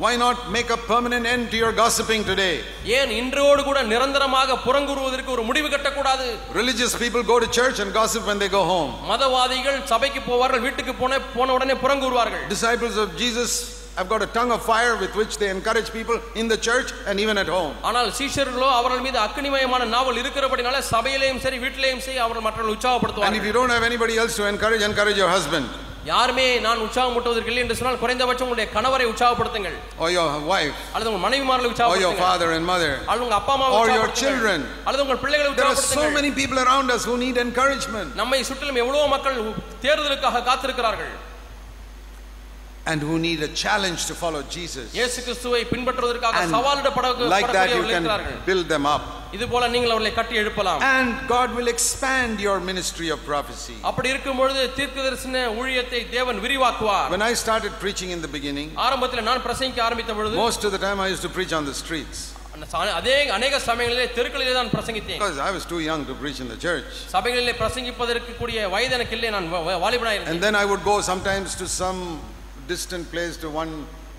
Speaker 1: Why not make a permanent end to your gossiping today?
Speaker 2: ஏன் இன்றோடு கூட நிரந்தரமாக புறங்கூறுவதற்கு ஒரு முடிவு கட்டக்கூடாது
Speaker 1: Religious people go to church and gossip when they go home.
Speaker 2: மதவாதிகள் சபைக்கு போவார்கள் வீட்டுக்கு போன போன உடனே புறங்கூறுவார்கள்
Speaker 1: Disciples of Jesus have got a tongue of fire with which they encourage people in the church and even at home.
Speaker 2: ஆனால் சீஷர்களோ அவர்கள் மீது அக்னிமயமான நாவல் இருக்கிறபடினால சபையிலேயும் சரி வீட்டிலேயும் சரி அவர்கள் மற்றவர்கள்
Speaker 1: And if
Speaker 2: உற்சாகப்படுத்துவார்கள்
Speaker 1: you don't have anybody else to encourage, encourage your husband
Speaker 2: யாருமே நான் உற்சாகம் ஊட்டுவதற்கு இல்லை என்று சொன்னால் குறைந்தபட்சம் உங்களுடைய கணவரை உற்சாகப்படுத்துங்கள்
Speaker 1: or your wife
Speaker 2: அல்லது உங்கள் மனைவிமார்களை
Speaker 1: or Oh, your
Speaker 2: உற்சாகப்படுத்துங்கள்
Speaker 1: father and mother.
Speaker 2: அல்லது உங்க அப்பா அம்மாவை
Speaker 1: Or your
Speaker 2: உற்சாகப்படுத்துங்கள்.
Speaker 1: children.
Speaker 2: அல்லது உங்கள் பிள்ளைகளை
Speaker 1: There are so
Speaker 2: உற்சாகப்படுத்துங்கள்
Speaker 1: many people around us who need encouragement
Speaker 2: நம்மை சுற்றிலும் எவ்வளவோ மக்கள் தேர்தலுக்காக காத்திருக்கிறார்கள்
Speaker 1: and who need a challenge to follow Jesus.
Speaker 2: இயேசு கிறிஸ்துவை பின்பற்றுவதற்காக
Speaker 1: And
Speaker 2: சவாலிடப்பட
Speaker 1: Like that, you
Speaker 2: படக்கூடியவர்கள் இருக்கிறார்கள்
Speaker 1: can build them up.
Speaker 2: இது போல நீங்கள் அவர்களை கட்டி எழுப்பலாம்
Speaker 1: And God will expand your ministry of prophecy.
Speaker 2: அப்படி இருக்கும் பொழுது தீர்க்கதரிசன ஊழியத்தை தேவன் விரிவாக்குவார்
Speaker 1: When I started preaching in the beginning,
Speaker 2: ஆரம்பத்தில் நான் பிரசங்கிக்க ஆரம்பித்த பொழுது
Speaker 1: Most of the time I used to preach on the streets
Speaker 2: அந்த ச- அதே அநேக சமயங்களிலே தெருக்களிலே நான் பிரசங்கித்தேன்
Speaker 1: because I was too young to preach in the church.
Speaker 2: சபைகளிலே பிரசங்கிப்பதற்கு கூடிய வயது எனக்கு இல்லை நான் வ- வ- வாலிபனாக
Speaker 1: And
Speaker 2: இருந்தேன்
Speaker 1: then I would go sometimes to some distant place to one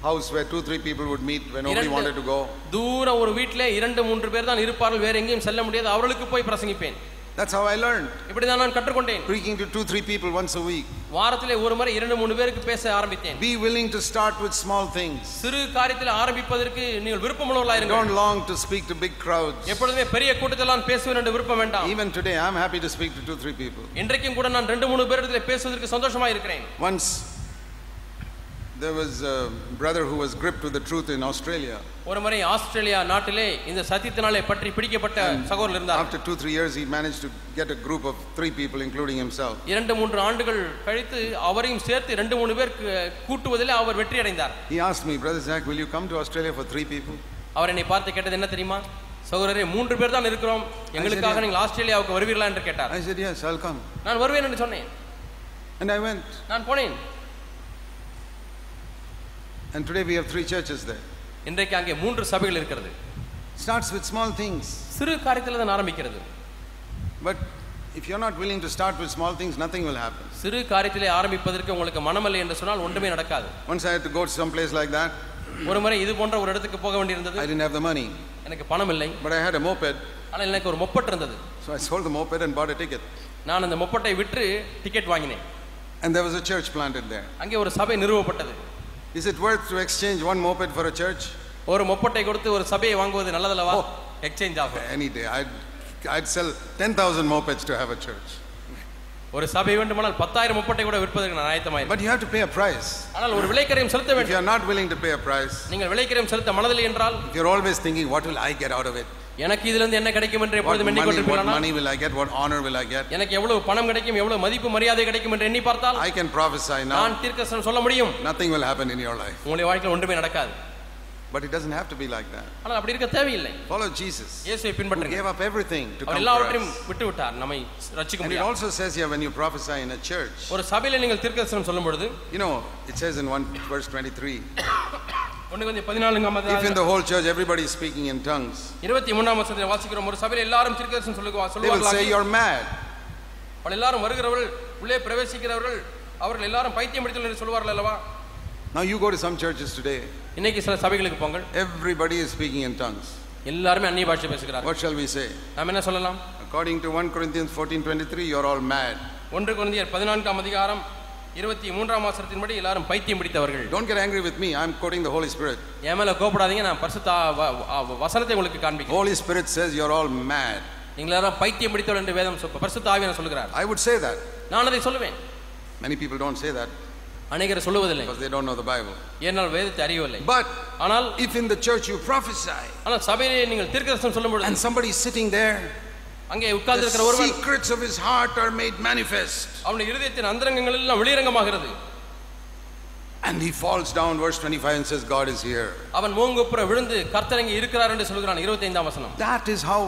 Speaker 1: house where two, three people would meet when nobody
Speaker 2: இரண்டு-
Speaker 1: wanted to go.
Speaker 2: தூர ஒரு வீட்டிலே இரண்டு மூன்று பேர் தான் இருப்பார்கள் வேற எங்கேயும் செல்ல முடியாது அவர்களுக்கு போய் பிரசங்கிப்பேன்
Speaker 1: That's how I learned.
Speaker 2: இப்படி தான் நான் கற்றுக்கொண்டேன்
Speaker 1: Preaching to two, three people once a week.
Speaker 2: வாரத்திலே ஒரு முறை இரண்டு மூணு பேருக்கு பேச ஆரம்பித்தேன்
Speaker 1: Be willing to start with small things.
Speaker 2: சிறு காரியத்தில் ஆரம்பிப்பதற்கு நீங்கள் விருப்பமுள்ளவர்களாக இருங்கள்
Speaker 1: Don't long to speak to big crowds.
Speaker 2: எப்பொழுதுமே பெரிய கூட்டத்தில் நான் பேசுவேன் என்று விருப்பம் வேண்டாம்
Speaker 1: Even today, I'm happy to speak to two, three people.
Speaker 2: இன்றைக்கும் கூட நான் ரெண்டு மூணு பேரிடத்துல பேசுவதற்கு சந்தோஷமா இருக்கிறேன்
Speaker 1: Once there was a brother who was gripped with the truth in Australia.
Speaker 2: ஒரு முறை ஆஸ்திரேலியா நாட்டிலே இந்த சத்தியத்தினாலே பற்றி பிடிக்கப்பட்ட சகோதரர் இருந்தார்
Speaker 1: After two, three years, he managed to get a group of three people, including himself.
Speaker 2: இரண்டு மூன்று ஆண்டுகள் கழித்து அவரையும் சேர்த்து ரெண்டு மூணு பேர் கு- கூட்டுவதில் அவர் வெற்றி அடைந்தார்
Speaker 1: He asked me, Brother Zach, will you come to Australia for three people?
Speaker 2: அவர் என்னை பார்த்து கேட்டது என்ன தெரியுமா சகோதரரே மூன்று பேர் தான் இருக்கிறோம் எங்களுக்காக நீங்கள் ஆஸ்திரேலியாவுக்கு வருவீர்களா என்று கேட்டார்
Speaker 1: I said, Yes, I'll come.
Speaker 2: நான் வருவேன் என்று சொன்னேன்
Speaker 1: And I went.
Speaker 2: நான் போனேன்
Speaker 1: And today we have three churches there.
Speaker 2: இன்றைக்கு அங்கே மூன்று சபைகள் இருக்கிறது
Speaker 1: Starts with small things.
Speaker 2: சிறு காரியத்தில் தான் ஆரம்பிக்கிறது
Speaker 1: But if you're not willing to start with small things, nothing will happen.
Speaker 2: சிறு காரியத்திலே ஆரம்பிப்பதற்கு உங்களுக்கு மனமில்லை என்று சொன்னால் ஒன்றுமே நடக்காது
Speaker 1: Once I had to go to some place like that,
Speaker 2: ஒரு முறை இது போன்ற ஒரு இடத்துக்கு போக வேண்டியிருந்தது
Speaker 1: I didn't have the money.
Speaker 2: எனக்கு பணம் இல்லை
Speaker 1: But I had a moped,
Speaker 2: ஆனால் எனக்கு ஒரு மொப்பட் இருந்தது
Speaker 1: so I sold the moped and bought a ticket.
Speaker 2: நான் அந்த மொப்பட்டை விற்று டிக்கெட் வாங்கினேன்
Speaker 1: And there was a church planted there.
Speaker 2: அங்கே ஒரு சபை நிறுவப்பட்டது
Speaker 1: Is it worth to exchange one moped for a church?
Speaker 2: ஒரு மொப்பட்டை கொடுத்து ஒரு சபையை வாங்குவது நல்லதல்லவா எக்ஸ்சேஞ்ச் ஆகும்
Speaker 1: Any day. I'd, I'd sell 10,000 mopeds to have a church.
Speaker 2: ஒரு சபை வேண்டுமானால் பத்தாயிரம் மொப்பட்டை கூட விற்பதற்கு நான் ஆயத்தமாயிருந்தேன்
Speaker 1: But you have to pay a price.
Speaker 2: ஆனால் ஒரு விலைக்கரையும் செலுத்த
Speaker 1: If you
Speaker 2: வேண்டும்
Speaker 1: are not willing to pay a price,
Speaker 2: நீங்கள் விலைக்கரையும் செலுத்த மனதில்லை என்றால்
Speaker 1: if you're always thinking, what will I get out of it?
Speaker 2: எனக்கு இதுல இருந்து என்ன கிடைக்கும் என்று
Speaker 1: What
Speaker 2: எப்பொழுதும்
Speaker 1: money, what
Speaker 2: எண்ணிக்கொண்டிருப்பானா
Speaker 1: money will I get? What honor will I get?
Speaker 2: எனக்கு எவ்வளவு பணம் கிடைக்கும் எவ்வளவு மதிப்பு மரியாதை கிடைக்கும் என்று எண்ணி பார்த்தால்
Speaker 1: I can prophesy now.
Speaker 2: நான் தீர்க்கசனம் சொல்ல முடியும்
Speaker 1: Nothing will happen in your life.
Speaker 2: உங்களுடைய வாழ்க்கையில் ஒன்றுமே நடக்காது
Speaker 1: But it doesn't have to be like that.
Speaker 2: ஆனால் அப்படி இருக்க தேவையில்லை
Speaker 1: Follow Jesus,
Speaker 2: இயேசுவை
Speaker 1: who
Speaker 2: பின்பற்றுங்க
Speaker 1: gave up everything to
Speaker 2: our
Speaker 1: come for
Speaker 2: எல்லாவற்றையும்
Speaker 1: us.
Speaker 2: விட்டு விட்டார் நம்மை ரட்சிக்க
Speaker 1: And it
Speaker 2: முடியும்
Speaker 1: also says here when you prophesy in a church,
Speaker 2: ஒரு சபையில நீங்கள் தீர்க்கதரிசனம் சொல்லும் பொழுது
Speaker 1: you know, it says in 1 verse 23,
Speaker 2: ஒன்று கொஞ்சம் பதினாலுங்காம்
Speaker 1: if in
Speaker 2: அதிகாரம்
Speaker 1: the whole church everybody is speaking in tongues,
Speaker 2: இருபத்தி மூணாம் வருஷத்தில் வாசிக்கிறோம் ஒரு சபையில் எல்லாரும் தீர்க்கதரிசனம் சொல்லுவா
Speaker 1: they will say
Speaker 2: சொல்லுவார்கள்
Speaker 1: you're mad.
Speaker 2: அவள் எல்லாரும் வருகிறவர்கள் உள்ளே பிரவேசிக்கிறவர்கள் அவர்கள் எல்லாரும் பைத்தியம் பிடித்தவர்கள் என்று சொல்வார்கள் அல்லவா
Speaker 1: Now you go to some churches today,
Speaker 2: இன்னைக்கு சில சபைகளுக்கு போங்கள்
Speaker 1: everybody is speaking in tongues.
Speaker 2: எல்லாருமே அந்நிய பாஷை பேசுகிறார்கள்
Speaker 1: What shall we say?
Speaker 2: நாம் என்ன சொல்லலாம்
Speaker 1: According to 1 Corinthians 14:23, you're all mad.
Speaker 2: ஒன்று குழந்தையர் பதினான்காம் அதிகாரம் இருபத்தி மூன்றாம் மாசத்தின்படி எல்லாரும் பைத்தியம் பிடித்தவர்கள்
Speaker 1: Don't get angry with me. I'm quoting the Holy Spirit.
Speaker 2: என் மேல கோபப்படாதீங்க நான் பரிசுத்த வ- வ- வசனத்தை உங்களுக்கு காண்பிக்கிறேன்
Speaker 1: Holy Spirit says you're all mad.
Speaker 2: நீங்கள் எல்லாரும் பைத்தியம் பிடித்தவர்கள் என்று வேதம் சொ- பரிசுத்த ஆவியான சொல்கிறார்
Speaker 1: I would say that.
Speaker 2: நான் அதை சொல்லுவேன்
Speaker 1: Many people don't say that.
Speaker 2: அநேகர் சொல்லுவதில்லை
Speaker 1: because they don't know the Bible.
Speaker 2: ஏனால் வேதத்தை அறியவில்லை
Speaker 1: But
Speaker 2: ஆனால்
Speaker 1: if in the church you prophesy
Speaker 2: ஆனால் சபையிலே நீங்கள் தீர்க்கதரிசனம் சொல்லும்
Speaker 1: and
Speaker 2: பொழுது
Speaker 1: somebody is sitting there,
Speaker 2: அங்கே
Speaker 1: the
Speaker 2: உட்கார்ந்து இருக்கிற ஒருவன்
Speaker 1: secrets of his heart are made manifest.
Speaker 2: அவனுடைய இருதயத்தின் அந்தரங்கங்கள் எல்லாம் வெளியரங்கமாகிறது
Speaker 1: And he falls down, verse 25, and says, God is here.
Speaker 2: அவன் மூங்குப்புற விழுந்து கர்த்தரங்கி இருக்கிறார் என்று சொல்கிறான் 25 வசனம்
Speaker 1: That is how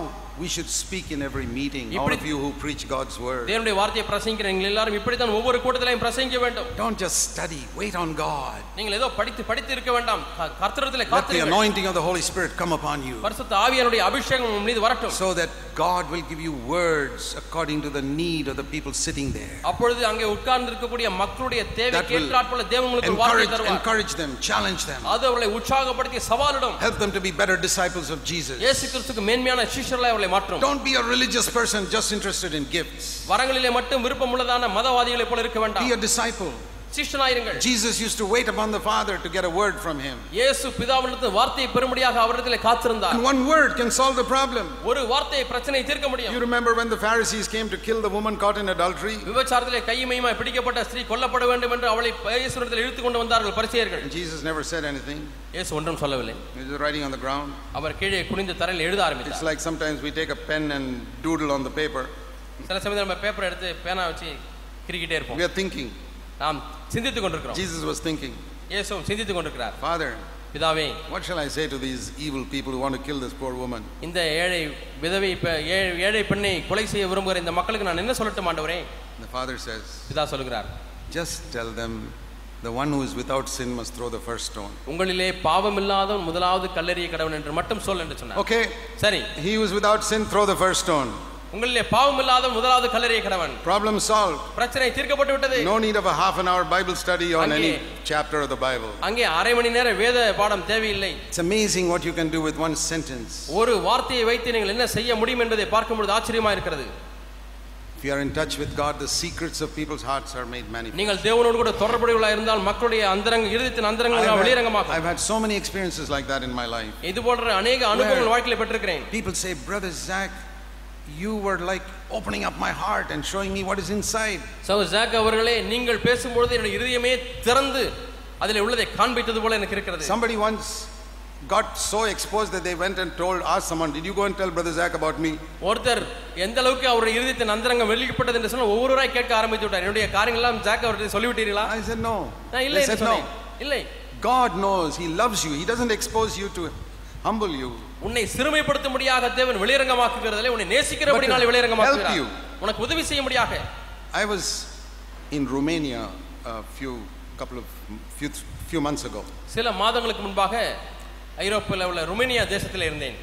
Speaker 1: we should speak in every meeting, all
Speaker 2: இப்படி-
Speaker 1: of you who preach God's word.
Speaker 2: தேவனுடைய வார்த்தையை பிரசங்கிக்கிற நீங்கள் எல்லாரும் இப்படித்தான் ஒவ்வொரு கூட்டத்திலையும் பிரசங்கிக்க வேண்டும்
Speaker 1: Don't just study, wait on God.
Speaker 2: நீங்கள் ஏதோ படித்து படித்து இருக்க வேண்டாம் க- கர்த்தரத்திலே
Speaker 1: Let the
Speaker 2: காத்திருங்கள்
Speaker 1: anointing of the Holy Spirit come upon you
Speaker 2: பரிசுத்த ஆவியானுடைய அபிஷேகம் உன் மீது வரட்டும்
Speaker 1: so that God will give you words according to the need of the people sitting there.
Speaker 2: அப்பொழுது அங்கே உட்கார்ந்து இருக்கக்கூடிய மக்களுடைய தேவை
Speaker 1: That will
Speaker 2: கேட்காட்போல தேவன் உங்களுக்கு ஒரு வார்த்தை
Speaker 1: Encourage,
Speaker 2: தருவார்
Speaker 1: encourage them, challenge them,
Speaker 2: அது அவர்களை உற்சாகப்படுத்தி சவாலிடும்
Speaker 1: help them to be better disciples of Jesus.
Speaker 2: இயேசு கிறிஸ்துக்கு மேன்மையான சீஷர்களை அவர்களை மாற்றும்
Speaker 1: Don't be a religious person just interested in gifts.
Speaker 2: வரங்களிலே மட்டும் விருப்பம் உள்ளதான மதவாதிகளைப் போல இருக்க வேண்டாம்
Speaker 1: Be a disciple.
Speaker 2: சீஷனாயிருங்கள்
Speaker 1: Jesus used to wait upon the Father to get a word from him.
Speaker 2: இயேசு பிதாவினிடத்து வார்த்தையை பெறும்படியாக அவரிடத்திலே காத்திருந்தார்
Speaker 1: And one word can solve the problem.
Speaker 2: ஒரு வார்த்தையை பிரச்சனையை தீர்க்க முடியும்
Speaker 1: You remember when the Pharisees came to kill the woman caught in adultery?
Speaker 2: விபச்சாரத்திலே கையுமையுமாய் பிடிக்கப்பட்ட ஸ்திரீ கொல்லப்பட வேண்டும் என்று அவளை இயேசுடத்தில் இழுத்து கொண்டு வந்தார்கள் பரிசெயர்கள்
Speaker 1: And Jesus never said anything.
Speaker 2: இயேசு ஒன்றும் சொல்லவில்லை
Speaker 1: He was writing on the ground.
Speaker 2: அவர் கீழே குனிந்து தரையில் எழுத
Speaker 1: It's
Speaker 2: ஆரம்பித்தார்
Speaker 1: like sometimes we take a pen and doodle on the paper.
Speaker 2: சில சமயத்தில் நம்ம பேப்பர் எடுத்து பேனா வச்சு கிறுக்கிட்டே இருப்போம்
Speaker 1: We are thinking.
Speaker 2: நாம் சிந்தித்துக் கொண்டிருக்கிறோம்
Speaker 1: Jesus was thinking,
Speaker 2: இயேசுவும் சிந்தித்துக் கொண்டிருக்கிறார்
Speaker 1: Father,
Speaker 2: பிதாவே
Speaker 1: what shall I say to these evil people who want to kill this poor woman?
Speaker 2: இந்த ஏழை விதவை பெ- ஏ- ஏழை பெண்ணை கொலை செய்ய விரும்புகிற இந்த மக்களுக்கு நான் என்ன சொல்லட்டும் ஆண்டவரே
Speaker 1: The Father says,
Speaker 2: பிதா சொல்கிறார்
Speaker 1: Just tell them, the one who is without sin must throw the first stone.
Speaker 2: உங்களிலே பாவம் இல்லாத முதலாவது கல்லறிய கடவுள் என்று மட்டும் சொல் என்று சொன்னார்
Speaker 1: Okay,
Speaker 2: சரி
Speaker 1: he who is without sin, throw the first stone.
Speaker 2: உங்களிலே பாவம் இல்லாத முதலாவது கல்லறிய கடவன்
Speaker 1: Problem solved.
Speaker 2: பிரச்சனை தீர்க்கப்பட்டு விட்டது
Speaker 1: No need of a half an hour Bible study on any
Speaker 2: Okay.
Speaker 1: chapter of the Bible.
Speaker 2: அங்கே அரை மணி நேர வேத பாடம் தேவையில்லை
Speaker 1: It's amazing what you can do with one sentence.
Speaker 2: ஒரு வார்த்தையை வைத்து நீங்கள் என்ன செய்ய முடியும் என்பதை பார்க்கும் பொழுது ஆச்சரியமா இருக்கிறது
Speaker 1: If you are in touch with God, the secrets of people's hearts are made manifest.
Speaker 2: நீங்கள் தேவனோடு கூட தொடர்புடையவர்களா இருந்தால் மக்களுடைய அந்தரங்க இருதயத்தின் அந்தரங்கள்
Speaker 1: I've had,
Speaker 2: வெளியரங்கமாகும்
Speaker 1: I've had so many experiences like that in my life.
Speaker 2: இது போன்ற அநேக அனுபவங்கள் வாழ்க்கையில பெற்றிருக்கிறேன்
Speaker 1: People say, Brother Zach, you were like opening up my heart and showing me what is inside.
Speaker 2: So Zach அவர்களே நீங்கள் பேசும்பொழுது என்னுடைய இருதயமே திறந்து அதில் உள்ளதை காண்பித்தது போல எனக்கு இருக்கிறது
Speaker 1: Somebody once got so exposed that they went and told, asked someone, Did you go and tell Brother Zach about me?
Speaker 2: ஒருத்தர் எந்த அளவுக்கு அவருடைய இருதயத்தின் அந்தரங்கம் வெளியிடப்பட்டது என்று சொன்னால் ஒவ்வொருவராய் கேட்க ஆரம்பித்து விட்டார் என்னுடைய காரியங்கள் எல்லாம் ஜாக் அவர்கிட்ட சொல்லிவிட்டீர்களா
Speaker 1: I said, No.
Speaker 2: நான் இல்லை
Speaker 1: They
Speaker 2: என்று
Speaker 1: said, No.
Speaker 2: சொன்னேன் இல்லை
Speaker 1: God knows, He loves you. He doesn't expose you to humble you.
Speaker 2: உன்னை சிறுமைப்படுத்தும்படியாக தேவன் வெளியரங்கமாக்குகிறதிலே உன்னை நேசிக்கிறபடினாலே
Speaker 1: But to help
Speaker 2: வெளியரங்கமாக்குகிறார்
Speaker 1: you.
Speaker 2: உனக்கு உதவி செய்யும்படியாக
Speaker 1: I was in Romania a few couple of few, few months ago.
Speaker 2: சில மாதங்களுக்கு முன்பாக ஐரோப்பாவில் உள்ள ருமேனியா தேசத்தில் இருந்தேன்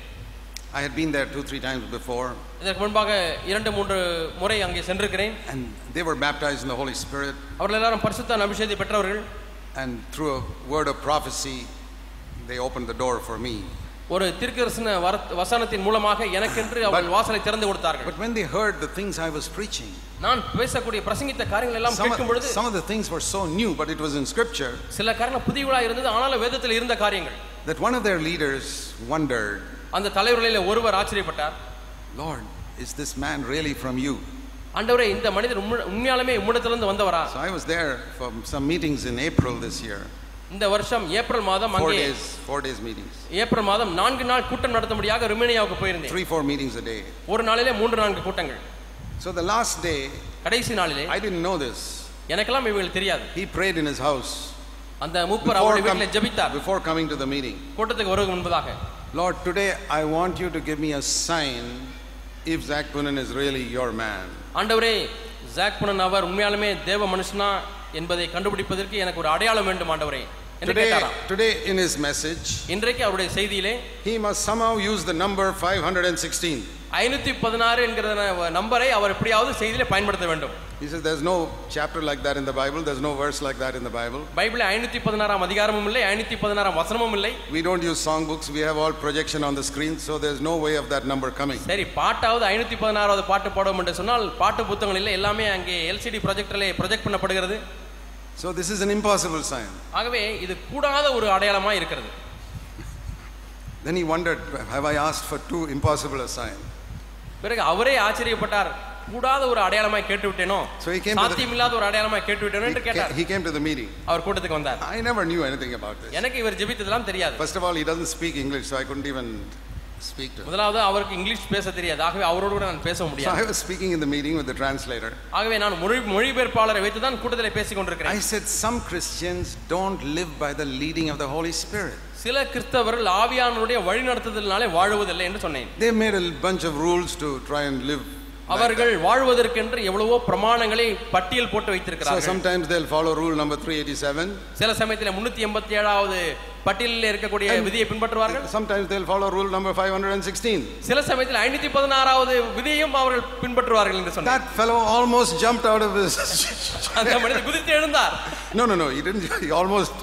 Speaker 1: I had been there two, three times before,
Speaker 2: இதற்கு முன்பாக இரண்டு மூன்று முறை அங்கே சென்றிருக்கிறேன்
Speaker 1: and they were baptized in the Holy Spirit.
Speaker 2: அவர்கள் எல்லாரும் பரிசுத்தான் அபிஷேகத்தை பெற்றவர்கள்
Speaker 1: And through a word of prophecy, they opened the door for me.
Speaker 2: ஒரு தீர்க்கதரிசன வர- வசனத்தின் மூலமாக எனக்கென்று அவர்கள் வாசலை திறந்து கொடுத்தார்கள்
Speaker 1: But when they heard the things I was preaching,
Speaker 2: நான் பேசக்கூடிய பிரசங்கித்த காரியங்கள் எல்லாம்
Speaker 1: some
Speaker 2: கேட்கும்
Speaker 1: of,
Speaker 2: பொழுது
Speaker 1: some of the things were so new, but it was in scripture,
Speaker 2: சில காரணம் புதியவளாக இருந்தது ஆனாலும் வேதத்தில் இருந்த காரியங்கள்
Speaker 1: that one of their leaders wondered,
Speaker 2: அந்த தலைவர்களில் ஒருவர் ஆச்சரியப்பட்டார்
Speaker 1: Lord, is this man really from you?
Speaker 2: ஆண்டவரே இந்த மனிதர் உம்ம- உண்மையாலுமே உம்மிடத்திலிருந்து வந்தவரா
Speaker 1: So I was there for some meetings in April this year,
Speaker 2: இந்த வருஷம் ஏப்ரல் மாதம்
Speaker 1: four
Speaker 2: அங்கே
Speaker 1: days, four days meetings,
Speaker 2: April மாதம் நான்கு நாள் கூட்டம் நடத்தும்படியாக ருமேனியாவுக்கு போயிருந்தேன்
Speaker 1: three, four meetings a day.
Speaker 2: ஒரு நாளிலே மூன்று நான்கு கூட்டங்கள்
Speaker 1: So the last day,
Speaker 2: கடைசி நாளிலே
Speaker 1: I didn't know this.
Speaker 2: எனக்கெல்லாம் இவங்களுக்கு தெரியாது
Speaker 1: He prayed in his house
Speaker 2: அந்த மூப்பர் அவருடைய
Speaker 1: com-
Speaker 2: வீட்டிலே ஜெபித்தார்
Speaker 1: before coming to the meeting.
Speaker 2: கூட்டத்துக்கு வருவதற்கு முன்பதாக
Speaker 1: Lord, today I want you to give me a sign if Zach Poonen is really your man.
Speaker 2: ஆண்டவரே ஜாக் புனன் அவர் உண்மையாலுமே தேவ மனுஷனா என்பதை கண்டுபிடிப்பதற்கு எனக்கு ஒரு அடையாளம் வேண்டும் ஆண்டவரே என்று
Speaker 1: Today,
Speaker 2: கேட்டாராம்
Speaker 1: today in his message,
Speaker 2: இன்றைக்கு அவருடைய செய்தியிலே
Speaker 1: he must somehow use the number 516.
Speaker 2: ஐநூத்தி பதினாறு என்கிற நம்பரை அவர் எப்படியாவது செய்தியிலே பயன்படுத்த வேண்டும்
Speaker 1: He says there's no chapter like that in the Bible, there's no verse like that in the Bible.
Speaker 2: Bible ஐநூத்தி பதினாறாம் அதிகாரமும் இல்லை ஐநூத்தி பதினாறாம் வசனமும் இல்லை
Speaker 1: We don't use song books, we have all projection on the screen, so there's no way of that number coming.
Speaker 2: சரி பாட்டாவது ஐநூத்தி பதினாறாவது பாட்டு பாடுவோம் என்று சொன்னால் பாட்டு புத்தகங்கள் இல்லை எல்லாமே அங்கே எல்சிடி ப்ரொஜெக்டர்ல ப்ரொஜெக்ட் பண்ணப்படுகிறது
Speaker 1: So this is an impossible sign.
Speaker 2: ஆகவே இது கூடாத ஒரு அடையாளமா இருக்கிறது
Speaker 1: Then he wondered, have I asked for two impossible a sign?
Speaker 2: பிறகு அவரே ஆச்சரியப்பட்டார் கூடாத ஒரு அடையாளமாய் கேட்டு விட்டேனோ
Speaker 1: So he came to the-
Speaker 2: சாத்தியமில்லாத ஒரு அடையாளமாய் கேட்டு விட்டேனோ
Speaker 1: He
Speaker 2: என்று
Speaker 1: ca-
Speaker 2: கேட்டார்
Speaker 1: he came to the meeting.
Speaker 2: அவர் கூட்டத்துக்கு வந்தார்
Speaker 1: I never knew anything about this.
Speaker 2: எனக்கு இவர் ஜெபித்ததெல்லாம் தெரியாது
Speaker 1: First of all, he doesn't speak English, so I couldn't even speak to him.
Speaker 2: முதலாவது அவருக்கு இங்கிலீஷ் பேச தெரியாது ஆகவே அவரோடு கூட நான் பேச
Speaker 1: So
Speaker 2: முடியாது
Speaker 1: I was speaking in the meeting with the translator.
Speaker 2: ஆகவே நான் மொழி மொழிபெயர்ப்பாளரை வைத்து தான் கூட்டத்தில் பேசிக்
Speaker 1: I
Speaker 2: கொண்டிருக்கிறேன்
Speaker 1: said, Some Christians don't live by the leading of the Holy Spirit.
Speaker 2: சில கிறிஸ்தவர்கள் ஆவியானவருடைய வழிநடத்துதலினாலே வாழுவதில்லை என்று சொன்னேன்
Speaker 1: They made a bunch of rules to try and live.
Speaker 2: அவர்கள் வாழ்வதற்கென்று எவ்வளவோ பிரமாணங்களை பட்டியல் போட்டு
Speaker 1: So
Speaker 2: வைத்திருக்கிறார்கள்
Speaker 1: sometimes they'll follow rule number 387,
Speaker 2: சில சமயத்தில் முன்னூத்தி எண்பத்தி ஏழாவது பட்டியலில் இருக்கக்கூடிய விதியை பின்பற்றுவார்கள்
Speaker 1: sometimes they'll follow rule number 516.
Speaker 2: சில சமயத்தில் ஐநூத்தி பதினாறாவது விதியையும் அவர்கள் பின்பற்றுவார்கள் என்று சொன்னார்
Speaker 1: That fellow almost jumped out of his.
Speaker 2: அந்த மனிதர் குதித்து எழுந்தார்
Speaker 1: no, no, no, he didn't. He almost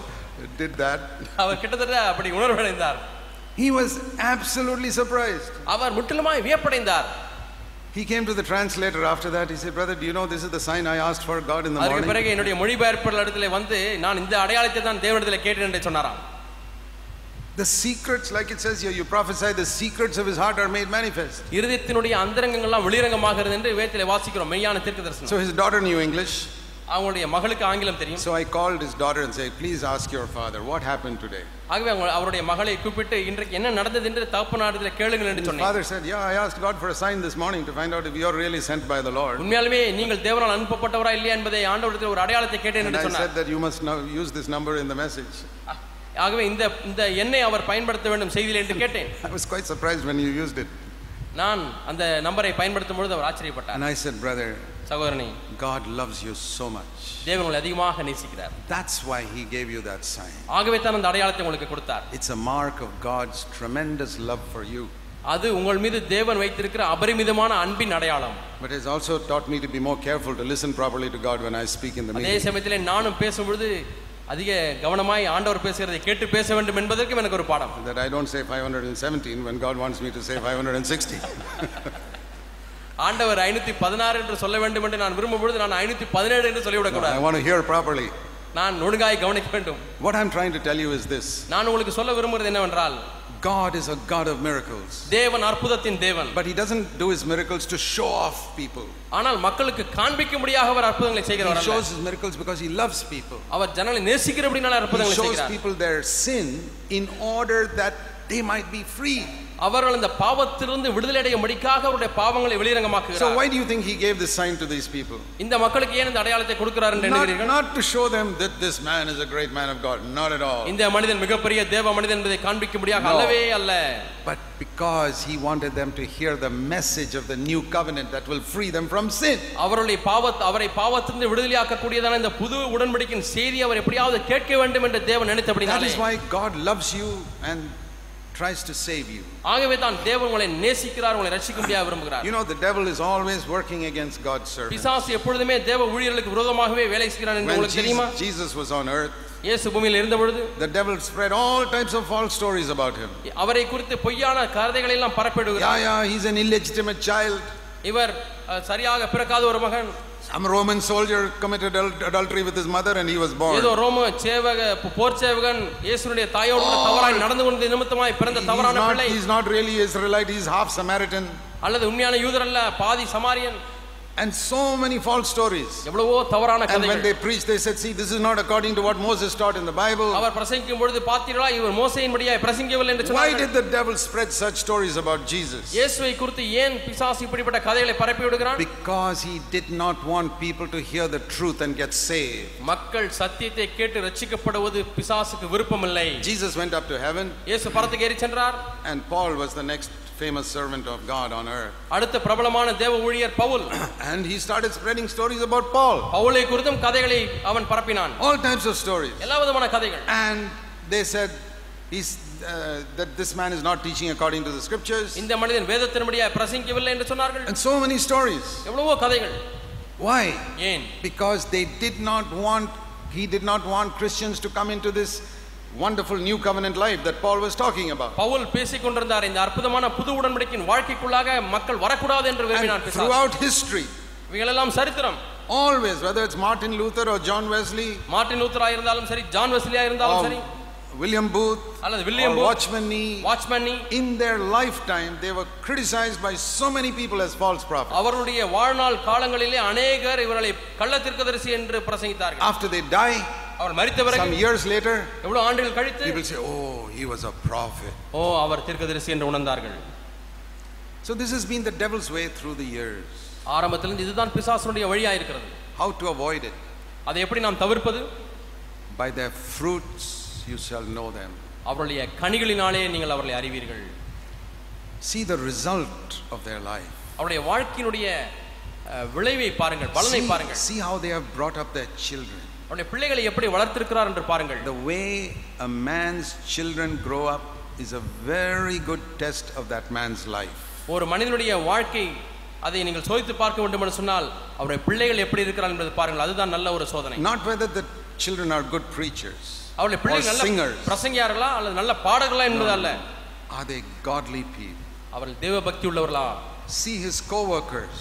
Speaker 1: did that.
Speaker 2: அவர் கிட்டத்தட்ட அப்படி உணர்வடைந்தார்
Speaker 1: He was absolutely surprised.
Speaker 2: அவர் முற்றிலுமாய் வியப்படைந்தார்
Speaker 1: He came to the translator after that. He said, Brother, do you know this is the sign I asked for God in the
Speaker 2: அதற்கு
Speaker 1: morning?
Speaker 2: பிறகு என்னுடைய மொழிபெயர்ப்பாளர் இடத்துல வந்து நான் இந்த அடையாளத்தை தான் தேவனிடத்தில் கேட்டேன் என்று சொன்னாராம்
Speaker 1: The secrets, like it says here, you prophesy, the secrets of his heart are made manifest.
Speaker 2: இருதயத்தினுடைய அந்தரங்கங்கள்லாம் வெளிரங்கமாகிறது என்று வேதத்திலே வாசிக்கிறோம் மெய்யான தீர்க்க தரிசனம்
Speaker 1: So his daughter knew English.
Speaker 2: அவங்களுடைய மகளுக்கு ஆங்கிலம் தெரியும்
Speaker 1: So I called his daughter and said, Please ask your father, what happened today?
Speaker 2: ஆகவே அவங்க அவருடைய மகளை கூப்பிட்டு இன்றைக்கு என்ன நடந்தது என்று தகப்பனாரிடத்தில் கேளுங்கள் என்று சொன்னேன்
Speaker 1: Father said, Yeah, I asked God for a sign this morning to find out if you're really sent by the Lord.
Speaker 2: உண்மையாலுமே நீங்கள் தேவனால் அனுப்பப்பட்டவரா இல்லையா என்பதை ஆண்டவரிடத்தில் ஒரு அடையாளத்தை கேட்டேன்
Speaker 1: And
Speaker 2: என்று
Speaker 1: I
Speaker 2: சொன்னார்
Speaker 1: said that you must now use this number in the message.
Speaker 2: ஆகவே இந்த இந்த எண்ணை அவர் பயன்படுத்த வேண்டும் செய்தியில் என்று கேட்டேன்
Speaker 1: I was quite surprised when you used it.
Speaker 2: நான் அந்த நம்பரை பயன்படுத்தும் பொழுது அவர் ஆச்சரியப்பட்டார்
Speaker 1: And I said, Brother,
Speaker 2: சகோதரனே
Speaker 1: God loves you so much.
Speaker 2: தேவன் உங்களை அதிகமாக நேசிக்கிறார்
Speaker 1: That's why he gave you that sign.
Speaker 2: ஆகவே தான் அந்த அடையாளத்தை உங்களுக்கு கொடுத்தார்
Speaker 1: It's a mark of God's tremendous love for you.
Speaker 2: அது உங்கள் மீது தேவன் வைத்திருக்கிற அபரிமிதமான அன்பின் அடையாளம்
Speaker 1: But it's also taught me to be more careful to listen properly to God when I speak in the
Speaker 2: அதே
Speaker 1: meeting.
Speaker 2: சமயத்திலே நானும் பேசும்பொழுது அதிக கவனமாய் ஆண்டவர் பேசுகிறதை கேட்டு பேச வேண்டும் என்பதற்கும் எனக்கு ஒரு பாடம்
Speaker 1: That I don't say 517 when God wants me to say 560.
Speaker 2: ஆண்டவர் ஐநூத்தி பதினாறு என்று சொல்ல வேண்டும் என்று நான் விரும்பும் பொழுது நான் ஐநூத்தி பதினேழு என்று
Speaker 1: I
Speaker 2: சொல்லிவிடக்கூடாது
Speaker 1: want to hear properly.
Speaker 2: நான் ஒழுங்காய் கவனிக்க வேண்டும்
Speaker 1: What I'm trying to tell you is this
Speaker 2: நான் உங்களுக்கு சொல்ல விரும்புகிறது என்னவென்றால்
Speaker 1: God is a God of miracles.
Speaker 2: தேவன் அற்புதத்தின் தேவன்
Speaker 1: But he doesn't do his miracles to show off people.
Speaker 2: ஆனால் மக்களுக்கு காண்பிக்க முடியாத அவர் அற்புதங்களை
Speaker 1: He
Speaker 2: செய்கிறவர் அல்ல.
Speaker 1: shows his miracles because he loves people.
Speaker 2: அவர் ஜனங்களை நேசிக்கிறபடினால
Speaker 1: He
Speaker 2: அற்புதங்களை
Speaker 1: shows
Speaker 2: செய்கிறார்
Speaker 1: people their sin in order that they might be free.
Speaker 2: அவர்கள் இந்த பாவத்திலிருந்து விடுதலை அடையும்படிக்காக அவருடைய பாவங்களை
Speaker 1: So
Speaker 2: வெளிரங்கமாக்குகிறார்
Speaker 1: why do you think he gave this sign to these people?
Speaker 2: இந்த மக்களுக்கு ஏன் இந்த அடையாளத்தை கொடுக்கிறார் என்று
Speaker 1: Not,
Speaker 2: எண்ணுகிறீர்கள்
Speaker 1: not to show them that this man is a great man of God, not at all.
Speaker 2: இந்த மனிதன் மிகப்பெரிய தேவ மனிதன் என்பதை காண்பிக்க முடியாத
Speaker 1: No.
Speaker 2: அல்லவே அல்ல
Speaker 1: But because he wanted them to hear the message of the new covenant that will free them from sin.
Speaker 2: அவருடைய பாவத் அவரை பாவத்திலிருந்து விடுதலையாக்க கூடியதான இந்த புது உடன்படிக்கையின் செய்தி அவர் எப்படியாவது கேட்க வேண்டும் என்று தேவன்
Speaker 1: That
Speaker 2: நினைத்தபடினாலே
Speaker 1: is why God loves you and tries to save you.
Speaker 2: ஆகவே தான் தேவன் உங்களை நேசிக்கிறார் உங்களை ரட்சிக்கும்படியாக விரும்புகிறார்
Speaker 1: You know, the devil is always working against God's servants.
Speaker 2: பிசாசு எப்பொழுதுமே தேவ ஊழியர்களுக்கு விரோதமாகவே வேலை செய்கிறான் என்று
Speaker 1: When
Speaker 2: உங்களுக்கு தெரியுமா
Speaker 1: Jesus, Jesus was on earth,
Speaker 2: இயேசு பூமியில் இருந்த பொழுது
Speaker 1: the devil spread all types of false stories about him.
Speaker 2: அவரை குறித்து பொய்யான கருதைகளை எல்லாம் பரப்பிடுகிறார்
Speaker 1: Yeah, yeah, he's an illegitimate child.
Speaker 2: இவர் அஹ், சரியாக பிறக்காத ஒரு மகன்
Speaker 1: Some Roman soldier committed adul- adultery with his mother and he was born.
Speaker 2: ஏதோ ரோம சேவக போர் சேவகன் இயேசுனுடைய தாயோடு கூட தவறாய் நடந்து கொண்ட நிமித்தமாய் பிறந்த
Speaker 1: He's
Speaker 2: தவறான
Speaker 1: not,
Speaker 2: பிள்ளை
Speaker 1: he's not really Israelite, he's half Samaritan.
Speaker 2: அல்லது உண்மையான யூதர் அல்ல பாதி சமாரியன்
Speaker 1: And so many false stories.
Speaker 2: எவ்வளவோ தவறான
Speaker 1: And when
Speaker 2: கதைகள்
Speaker 1: they preached, they said, See, this is not according to what Moses taught in the Bible.
Speaker 2: அவர் பிரசங்கிக்கும் பொழுது பார்த்தீர்களா இவர் மோசையின் படியாய் பிரசங்கிக்கவில்லை என்று
Speaker 1: Why
Speaker 2: சொன்னார்கள்
Speaker 1: did the devil spread such stories about Jesus?
Speaker 2: இயேசுவை குறித்து ஏன் பிசாசு இப்படிப்பட்ட கதைகளை பரப்பி விடுகிறான்
Speaker 1: Because he did not want people to hear the truth and get saved.
Speaker 2: மக்கள் சத்தியத்தை கேட்டு ரட்சிக்கப்படுவது பிசாசுக்கு விருப்பமில்லை
Speaker 1: Jesus went up to heaven,
Speaker 2: இயேசு பரத்துக்கு ஏறி சென்றார்
Speaker 1: and Paul was the next famous servant of God on earth.
Speaker 2: அடுத்த பிரபலமான தேவ ஊழியர் Pavul
Speaker 1: And he started spreading stories about Paul,
Speaker 2: பவுலை குறித்தும் கதைகளை அவன் பரப்பினான்
Speaker 1: all types of stories.
Speaker 2: எல்லா விதமான கதைகள்
Speaker 1: And they said, He's, uh, that this man is not teaching according to the scriptures.
Speaker 2: இந்த மனிதன் வேதத்தின்படியாய் பிரசங்கிக்கவில்லை என்று சொன்னார்கள்
Speaker 1: And so many stories.
Speaker 2: எவ்வளவோ கதைகள்
Speaker 1: Why?
Speaker 2: ஏன்
Speaker 1: because they did not want he did not want christians to come into this wonderful new covenant life that paul was talking about
Speaker 2: Pavul பேசிக் கொண்டிருந்தார் இந்த அற்புதமான புது உடன்படிக்கையின் வாழ்க்கைக்குள்ளாக மக்கள் வரக்கூடாது என்று
Speaker 1: and
Speaker 2: விரும்பினான் பிசாசு.
Speaker 1: throughout history
Speaker 2: இவைகளெல்லாம் சரித்திரம்
Speaker 1: always whether it's martin luther or john wesley
Speaker 2: Martin லூத்தரா இருந்தாலும் சரி ஜான் வெஸ்லியா இருந்தாலும்
Speaker 1: or
Speaker 2: சரி
Speaker 1: William Booth
Speaker 2: அல்லது William
Speaker 1: or
Speaker 2: Booth,
Speaker 1: Watchman Nee.
Speaker 2: Watchman Nee,
Speaker 1: In their lifetime, they were criticized by so many people as false prophets.
Speaker 2: அவருடைய வாழ்நாள் காலங்களிலே அநேகர் இவர்களை கள்ள தீர்க்கதரிசி என்று பிரசங்கித்தார்கள்
Speaker 1: After they die,
Speaker 2: அவர் மரித்த
Speaker 1: some
Speaker 2: பிறகு
Speaker 1: years later,
Speaker 2: எவ்வளவு ஆண்டுகள் கழித்து
Speaker 1: people say, Oh, he was a prophet.
Speaker 2: ஓ அவர் தீர்க்கதரிசி என்று உணர்ந்தார்கள்
Speaker 1: So, this has been the devil's way through the years.
Speaker 2: ஆரம்பத்திலிருந்து இதுதான் பிசாசனுடைய வழியா இருக்கிறது
Speaker 1: How to avoid it?
Speaker 2: அதை எப்படி நாம் தவிர்ப்பது
Speaker 1: By their fruits you shall know them.
Speaker 2: அவருடைய கனிகளினாலே நீங்கள் அவர்களை அறிவீர்கள்
Speaker 1: See the result of their life.
Speaker 2: அவருடைய வாழ்க்கையினுடைய அஹ், விளைவை பாருங்கள் பலனை
Speaker 1: See-
Speaker 2: பாருங்கள்
Speaker 1: see how they have brought up their children.
Speaker 2: அவருடைய பிள்ளைகளை எப்படி வளர்த்திருக்கிறார் என்று பாருங்கள்
Speaker 1: The way a man's children grow up is a very good test of that man's life.
Speaker 2: ஒரு மனிதனுடைய வாழ்க்கை அதை நீங்கள் சோதித்து பார்க்க வேண்டும் என்று சொன்னால் அவருடைய பிள்ளைகள் எப்படி இருக்கிறார் என்பதை பாருங்கள் அதுதான் நல்ல ஒரு சோதனை
Speaker 1: Not whether the children are good preachers,
Speaker 2: அவருடைய பிள்ளைகள் நல்ல
Speaker 1: singers.
Speaker 2: பிரசங்கியார்களா அல்லது நல்ல பாடகர்களா என்பது அல்ல
Speaker 1: are they godly people?
Speaker 2: அவர்கள் தெய்வ பக்தி உள்ளவர்களா
Speaker 1: See his co workers,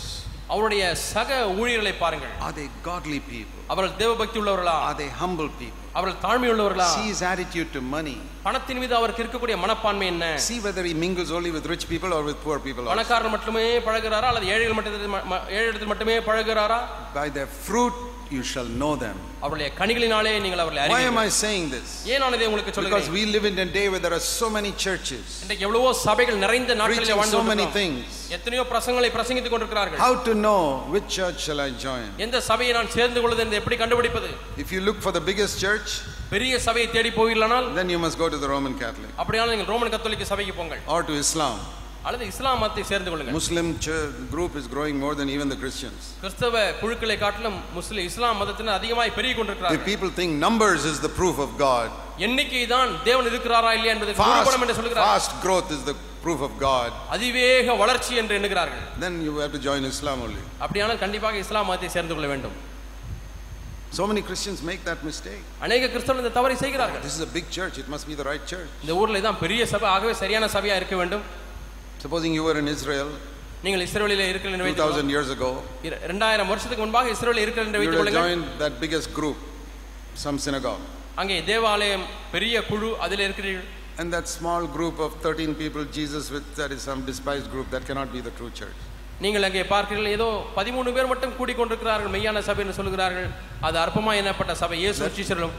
Speaker 2: அவருடைய சக ஊழியர்களை பாருங்கள்
Speaker 1: are they godly people?
Speaker 2: அவர்கள் தெய்வ பக்தி உள்ளவர்களா
Speaker 1: Are they humble people?
Speaker 2: அவர்கள் தாழ்மை உள்ளவர்களா
Speaker 1: See his attitude to money.
Speaker 2: பணத்தின் மீது அவருக்கு இருக்கக்கூடிய மனப்பான்மை என்ன
Speaker 1: See whether he mingles only with rich people or with poor people. also.
Speaker 2: பணக்காரர் மட்டுமே பழகுறாரா அல்லது ஏழைகள் மட்டும் ஏழைகள் மட்டுமே பழகுறாரா
Speaker 1: By their fruit you shall know them.
Speaker 2: அவருடைய கனிகளினாலே நீங்கள் அவர்களை
Speaker 1: Why am
Speaker 2: அறிவீர்கள்
Speaker 1: I saying this?
Speaker 2: ஏன் நான் இதை உங்களுக்கு
Speaker 1: Because
Speaker 2: சொல்லுகிறேன்
Speaker 1: we live in a day where there are so many churches
Speaker 2: இன்றைக்கு எவ்வளவோ சபைகள் நிறைந்த நாட்களில்
Speaker 1: preaching
Speaker 2: வாழ்ந்து
Speaker 1: so many
Speaker 2: கொண்டிருக்கிறோம்.
Speaker 1: things.
Speaker 2: எத்தனையோ பிரசங்களை பிரசங்கித்துக் கொண்டிருக்கிறார்கள்
Speaker 1: How to know which church shall I join?
Speaker 2: எந்த சபையை நான் சேர்ந்து கொள்வது என்று எப்படி கண்டுபிடிப்பது
Speaker 1: If you look for the biggest church,
Speaker 2: பெரிய சபையை தேடி போகலானால்
Speaker 1: then you must go to the Roman Catholic
Speaker 2: அப்படியானால் நீங்கள் ரோமன் கத்தோலிக்க சபைக்கு போங்கள்
Speaker 1: or to Islam.
Speaker 2: அல்லது இஸ்லாம் மதத்தை சேர்ந்து கொள்ளுங்கள்
Speaker 1: Muslim church group is growing more than even the Christians.
Speaker 2: கிறிஸ்தவ குழுக்களை காட்டிலும் முஸ்லிம் இஸ்லாம் மதத்தினர் அதிகமாய் பெருகி
Speaker 1: If
Speaker 2: கொண்டிருக்கிறார்கள்
Speaker 1: people think numbers is the proof of God,
Speaker 2: எண்ணிக்கை தான் தேவன் இருக்கிறாரா இல்லையா என்பதை
Speaker 1: fast,
Speaker 2: என்று சொல்கிறார்கள்
Speaker 1: fast growth is the proof of God,
Speaker 2: அதிவேக வளர்ச்சி என்று எண்ணுகிறார்கள்
Speaker 1: then you have to join Islam only.
Speaker 2: அப்படியானால் கண்டிப்பாக இஸ்லாம் மதத்தை சேர்ந்து கொள்ள வேண்டும்
Speaker 1: So many Christians make that mistake.
Speaker 2: அநேக கிறிஸ்தவர்கள் இந்த தவறை செய்கிறார்கள்
Speaker 1: This is a big church, it must be the right church.
Speaker 2: இந்த ஊர்ல தான் பெரிய சபை ஆகவே சரியான சபையா இருக்க வேண்டும்
Speaker 1: Supposing you were in Israel
Speaker 2: நீங்கள் இஸ்ரேலில் இருக்கிற
Speaker 1: 2000 years ago,
Speaker 2: இரண்டாயிரம் வருஷத்துக்கு முன்பாக இஸ்ரேலில் இருக்கிற என்று
Speaker 1: you would
Speaker 2: வைத்துக்
Speaker 1: have
Speaker 2: கொள்ளுங்கள்
Speaker 1: joined that biggest group, some synagogue.
Speaker 2: அங்கே தேவாலயம் பெரிய குழு அதில் இருக்கிறீர்கள்
Speaker 1: And that small group of 13 people, Jesus with that is some despised group, that cannot be the true church.
Speaker 2: நீங்கள் அங்கே பார்க்கிறீர்கள் ஏதோ பதிமூணு பேர் மட்டும் கூடிக்கொண்டிருக்கிறார்கள் மெய்யான சபை என்று சொல்கிறார்கள் அது அற்பமா எனப்பட்ட சபை இயேசு சீசர்களும்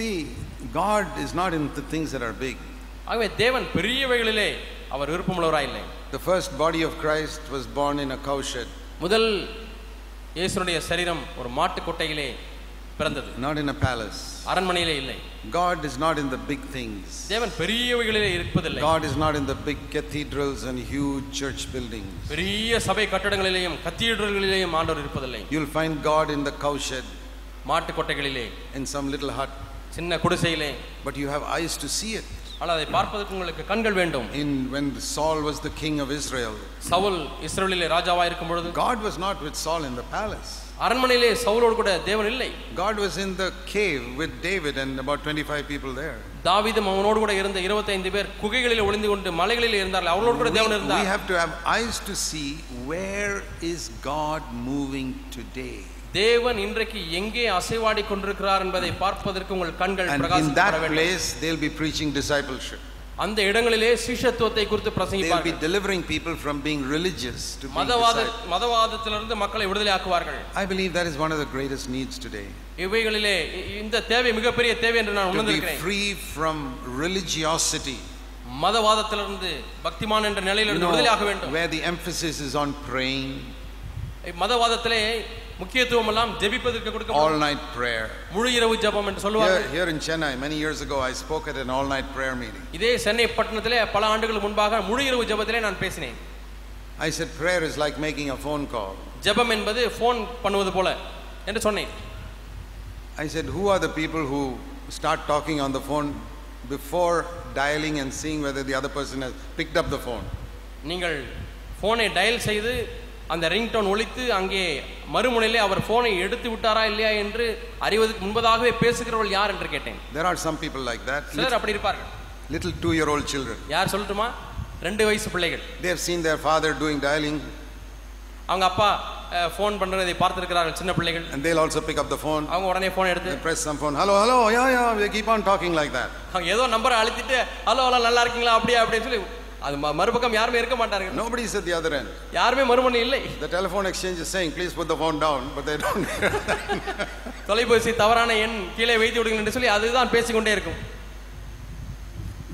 Speaker 1: See, God is not in the things that are big.
Speaker 2: ஆகவே தேவன் பெரியவைகளிலே அவர் விருப்பமுள்ளவரா இல்லை
Speaker 1: The first body of Christ was born in a cowshed,
Speaker 2: முதல் இயேசுனுடைய சரீரம் ஒரு மாட்டுக் கொட்டையிலே பிறந்தது
Speaker 1: not in a palace.
Speaker 2: அரண்மனையிலே இல்லை
Speaker 1: God is not in the big things.
Speaker 2: தேவன் பெரியவைகளிலே இருப்பதில்லை
Speaker 1: God is not in the big cathedrals and huge church buildings.
Speaker 2: பெரிய சபை கட்டடங்களிலேயும் கத்தீட்ரல்களிலேயும் ஆண்டவர் இருப்பதில்லை
Speaker 1: You'll find God in the cowshed,
Speaker 2: மாட்டுக் கொட்டைகளிலே
Speaker 1: in some little hut,
Speaker 2: சின்ன குடிசையிலே
Speaker 1: but you have eyes to see it.
Speaker 2: ஆனால் அதை பார்ப்பதற்கு உங்களுக்கு கண்கள் வேண்டும்
Speaker 1: In when Saul was the king of Israel,
Speaker 2: Saul இஸ்ரேலிலே ராஜாவாக இருக்கும் பொழுது
Speaker 1: God was not with Saul in the palace.
Speaker 2: அரண்மனையிலே சவுலோடு கூட தேவன் இல்லை
Speaker 1: God was in the cave with David and about 25 people there.
Speaker 2: தாவீதும் அவனோடு கூட இருந்த இருபத்தைந்து பேர் குகைகளில் ஒளிந்து கொண்டு மலைகளில் இருந்தார்கள் அவர்களோடு கூட
Speaker 1: We,
Speaker 2: தேவன்
Speaker 1: we
Speaker 2: இருந்தார்
Speaker 1: have to have eyes to see where is God moving today.
Speaker 2: தேவன் இன்றைக்கு எங்கே அசைவாடி கொண்டிருக்கிறார் என்பதை பார்ப்பதற்கு உங்கள் கண்கள்
Speaker 1: And in
Speaker 2: பிரகாசிக்கப்பட
Speaker 1: that
Speaker 2: வேண்டும்
Speaker 1: place, they'll be preaching discipleship.
Speaker 2: அந்த இடங்களிலே சீஷத்துவத்தை குறித்து
Speaker 1: They'll be
Speaker 2: பிரசங்கிப்பார்கள்
Speaker 1: delivering people from being religious to being
Speaker 2: மதவாத
Speaker 1: disciples.
Speaker 2: மதவாதத்திலிருந்து மக்களை விடுதலை ஆக்குவார்கள்
Speaker 1: I believe that is one of the greatest needs today.
Speaker 2: இவைகளிலே இ- இந்த தேவை மிகப்பெரிய தேவை என்று நான்
Speaker 1: To be
Speaker 2: உணர்ந்திருக்கிறேன்
Speaker 1: free from religiosity,
Speaker 2: மதவாதத்திலிருந்து பக்திமான் என்ற
Speaker 1: you
Speaker 2: நிலையிலிருந்து
Speaker 1: know,
Speaker 2: விடுதலை ஆக வேண்டும்
Speaker 1: where the emphasis is on praying,
Speaker 2: மதவாதத்திலே முக்கியத்துவம் எல்லாம் ஜெபிப்பதற்கு கொடுக்க
Speaker 1: all-night prayer.
Speaker 2: முழு இரவு ஜெபம் என்று சொல்லுவார்கள்
Speaker 1: Here, here in Chennai, many years ago, I spoke at an all-night prayer meeting.
Speaker 2: இதே சென்னை பட்டணத்திலே பல ஆண்டுகள் முன்பாக முழு இரவு ஜெபத்திலே நான் பேசினேன்
Speaker 1: I said, prayer is like making a phone call.
Speaker 2: ஜெபம் என்பது ஃபோன் பண்ணுவது போல என்று சொன்னேன்
Speaker 1: I said, who are the people who start talking on the phone before dialing and seeing whether the other person has picked up the phone?
Speaker 2: நீங்கள் ஃபோனை dial செய்து அந்த ரிங்டோன் ஒலித்து அங்கே மறுமுனையிலே அவர் ஃபோனை எடுத்து விட்டாரா இல்லையா என்று அறிவதற்கு முன்பதாகவே பேசுகிறவர்கள் யார் என்று கேட்டேன்
Speaker 1: There are some people like that,
Speaker 2: சிலர் அப்படி இருப்பார்கள்
Speaker 1: little two-year-old children.
Speaker 2: யார் சொல்லட்டுமா ரெண்டு வயசு பிள்ளைகள்
Speaker 1: They have seen their father doing dialing.
Speaker 2: அவங்க அப்பா ஃபோன் பண்ணுறதை பார்த்திருக்கிறார்கள் சின்ன பிள்ளைகள்
Speaker 1: And they'll also pick up the phone,
Speaker 2: அவங்க உடனே ஃபோன் எடுத்து
Speaker 1: they press some phone, hello, hello, yeah, yeah, we keep on talking like that.
Speaker 2: அவங்க ஏதோ நம்பரை அழுத்திட்டு ஹலோ ஹலோ நல்லா இருக்கீங்களா அப்படியா அப்படின்னு சொல்லி அது ம- மறுபக்கம் யாருமே இருக்க மாட்டார்கள்
Speaker 1: Nobody's at the other end.
Speaker 2: யாருமே மறுமணி இல்லை
Speaker 1: The telephone exchange is saying, please put the phone down, but they don't.
Speaker 2: தொலைபேசி தவறான எண் கீழே வைத்து விடுங்கள் என்று சொல்லி அதுதான் பேசிக்கொண்டே இருக்கும்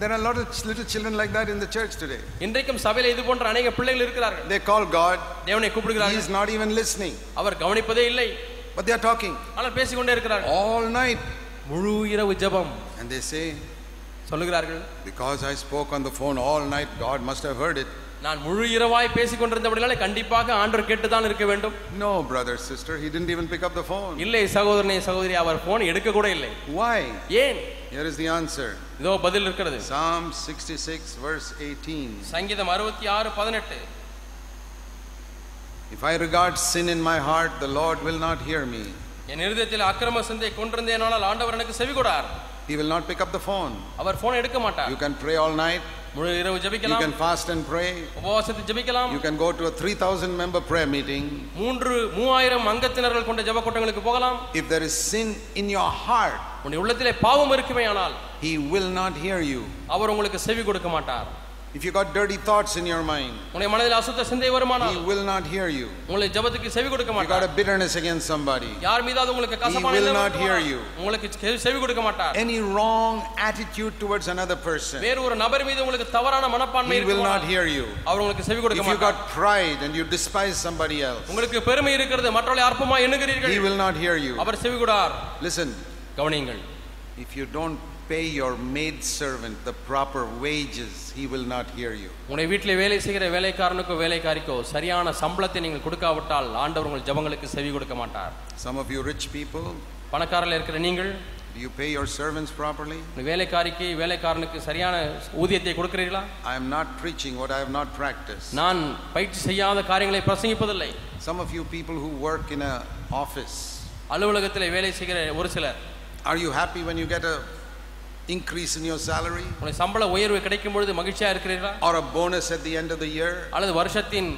Speaker 1: There are a lot of ch- little children like that in the church today.
Speaker 2: இன்றைக்கும் சபையில் இது போன்ற அநேக பிள்ளைகள் இருக்கிறார்கள்
Speaker 1: They call God,
Speaker 2: தேவனை
Speaker 1: He
Speaker 2: கூப்பிடுகிறார்கள்
Speaker 1: is not even listening,
Speaker 2: அவர் கவனிப்பதே இல்லை
Speaker 1: but they are talking
Speaker 2: ஆனால் பேசிக்கொண்டே இருக்கிறார்கள்
Speaker 1: all night.
Speaker 2: முழு இரவு ஜெபம்
Speaker 1: And they say,
Speaker 2: சொல்லுகிறார்கள்
Speaker 1: because I spoke on the phone all night, God must have heard it.
Speaker 2: நான் முழு இரவாய் பேசிக்கொண்டிருந்தபடினாலே கண்டிப்பாக ஆண்டவர் கேட்டுதான் இருக்க வேண்டும்
Speaker 1: No, brother, sister, he didn't even pick up the phone.
Speaker 2: இல்லை சகோதரனே சகோதரி அவர் போன் எடுக்க கூட இல்லை
Speaker 1: Why?
Speaker 2: ஏன்
Speaker 1: Here is the answer
Speaker 2: இதோ பதில் இருக்கிறது
Speaker 1: Psalm 66, verse 18.
Speaker 2: சங்கீதம் அறுபத்தி ஆறு பதினெட்டு
Speaker 1: If I regard sin in my heart, the Lord will not hear me.
Speaker 2: என் இருதயத்தில் அக்கிரம சிந்தை கொண்டிருந்தேனானால் ஆண்டவர் எனக்கு செவி கொடார்
Speaker 1: He will not pick up the phone.
Speaker 2: அவர் போன் எடுக்க மாட்டார்
Speaker 1: You can pray all night,
Speaker 2: முழு இரவு
Speaker 1: you
Speaker 2: ஜெபிக்கலாம்
Speaker 1: can fast and pray,
Speaker 2: உபவாசத்தை ஜெபிக்கலாம்
Speaker 1: you can go to a 3,000 member prayer meeting.
Speaker 2: மூன்று மூவாயிரம் அங்கத்தினர்கள் கொண்ட ஜெப கூட்டங்களுக்கு போகலாம்
Speaker 1: If there is sin in your heart,
Speaker 2: உன்னுடைய உள்ளத்திலே பாவம் இருக்குமே ஆனால்
Speaker 1: He will not hear you.
Speaker 2: அவர் உங்களுக்கு செவி கொடுக்க மாட்டார்
Speaker 1: If you got dirty thoughts in your mind,
Speaker 2: உன்னுடைய மனதில் அசுத்த சிந்தை வருமானால்
Speaker 1: He will not hear you.
Speaker 2: உங்களுடைய ஜெபத்துக்கு செவி கொடுக்க
Speaker 1: You got
Speaker 2: மாட்டார்
Speaker 1: a bitterness against somebody,
Speaker 2: யார் மீதாவது உங்களுக்கு கசப்பான
Speaker 1: will
Speaker 2: எண்ணம்
Speaker 1: not hear
Speaker 2: வருமானால்
Speaker 1: you.
Speaker 2: உங்களுக்கு செவி- செவி கொடுக்க மாட்டார்
Speaker 1: any wrong attitude towards another person,
Speaker 2: வேறு ஒரு நபர் மீது உங்களுக்கு தவறான மனப்பான்மை
Speaker 1: He will not
Speaker 2: இருக்குமானால்
Speaker 1: hear you.
Speaker 2: அவர் உங்களுக்கு செவி கொடுக்க
Speaker 1: If you
Speaker 2: மாட்டார்
Speaker 1: got pride and you despise somebody else,
Speaker 2: உங்களுக்கு பெருமை இருக்கிறது மற்றவர்களை அற்பமா எண்ணுகிறீர்கள்
Speaker 1: He will not hear you.
Speaker 2: அவர் செவி கொடார்
Speaker 1: Listen,
Speaker 2: கவனியுங்கள்
Speaker 1: If you don't pay your maidservant the proper wages, he will not hear you.
Speaker 2: உங்களுடைய வீட்டிலே வேலை செய்கிற வேலைக்காரனுக்கோ வேலைக்காரிக்கோ சரியான சம்பளத்தை நீங்கள் கொடுக்காவிட்டால் ஆண்டவர் உங்கள் ஜபங்களுக்கு செவி கொடுக்க மாட்டார்
Speaker 1: Some of you rich people,
Speaker 2: பணக்காரர்கள் இருக்கிற நீங்கள்
Speaker 1: do you pay your servants properly?
Speaker 2: உங்கள் வேலைக்காரிக்கு வேலைக்காரனுக்கு சரியான ஊதியத்தை கொடுக்கிறீர்களா
Speaker 1: I am not preaching what I have not practiced.
Speaker 2: நான் பயிற்சி செய்யாத காரியங்களை பிரசங்கிப்பதில்லை
Speaker 1: Some of you people who work in an office,
Speaker 2: அலுவலகத்தில் வேலை செய்கிற ஒரு சிலர்
Speaker 1: are you happy when you get a increase in your salary
Speaker 2: உங்களுடைய சம்பள உயர்வு கிடைக்கும் பொழுது மகிழ்ச்சியா இருக்கிறீர்களா
Speaker 1: or a bonus at the end of the year?
Speaker 2: அல்லது வருஷத்தின்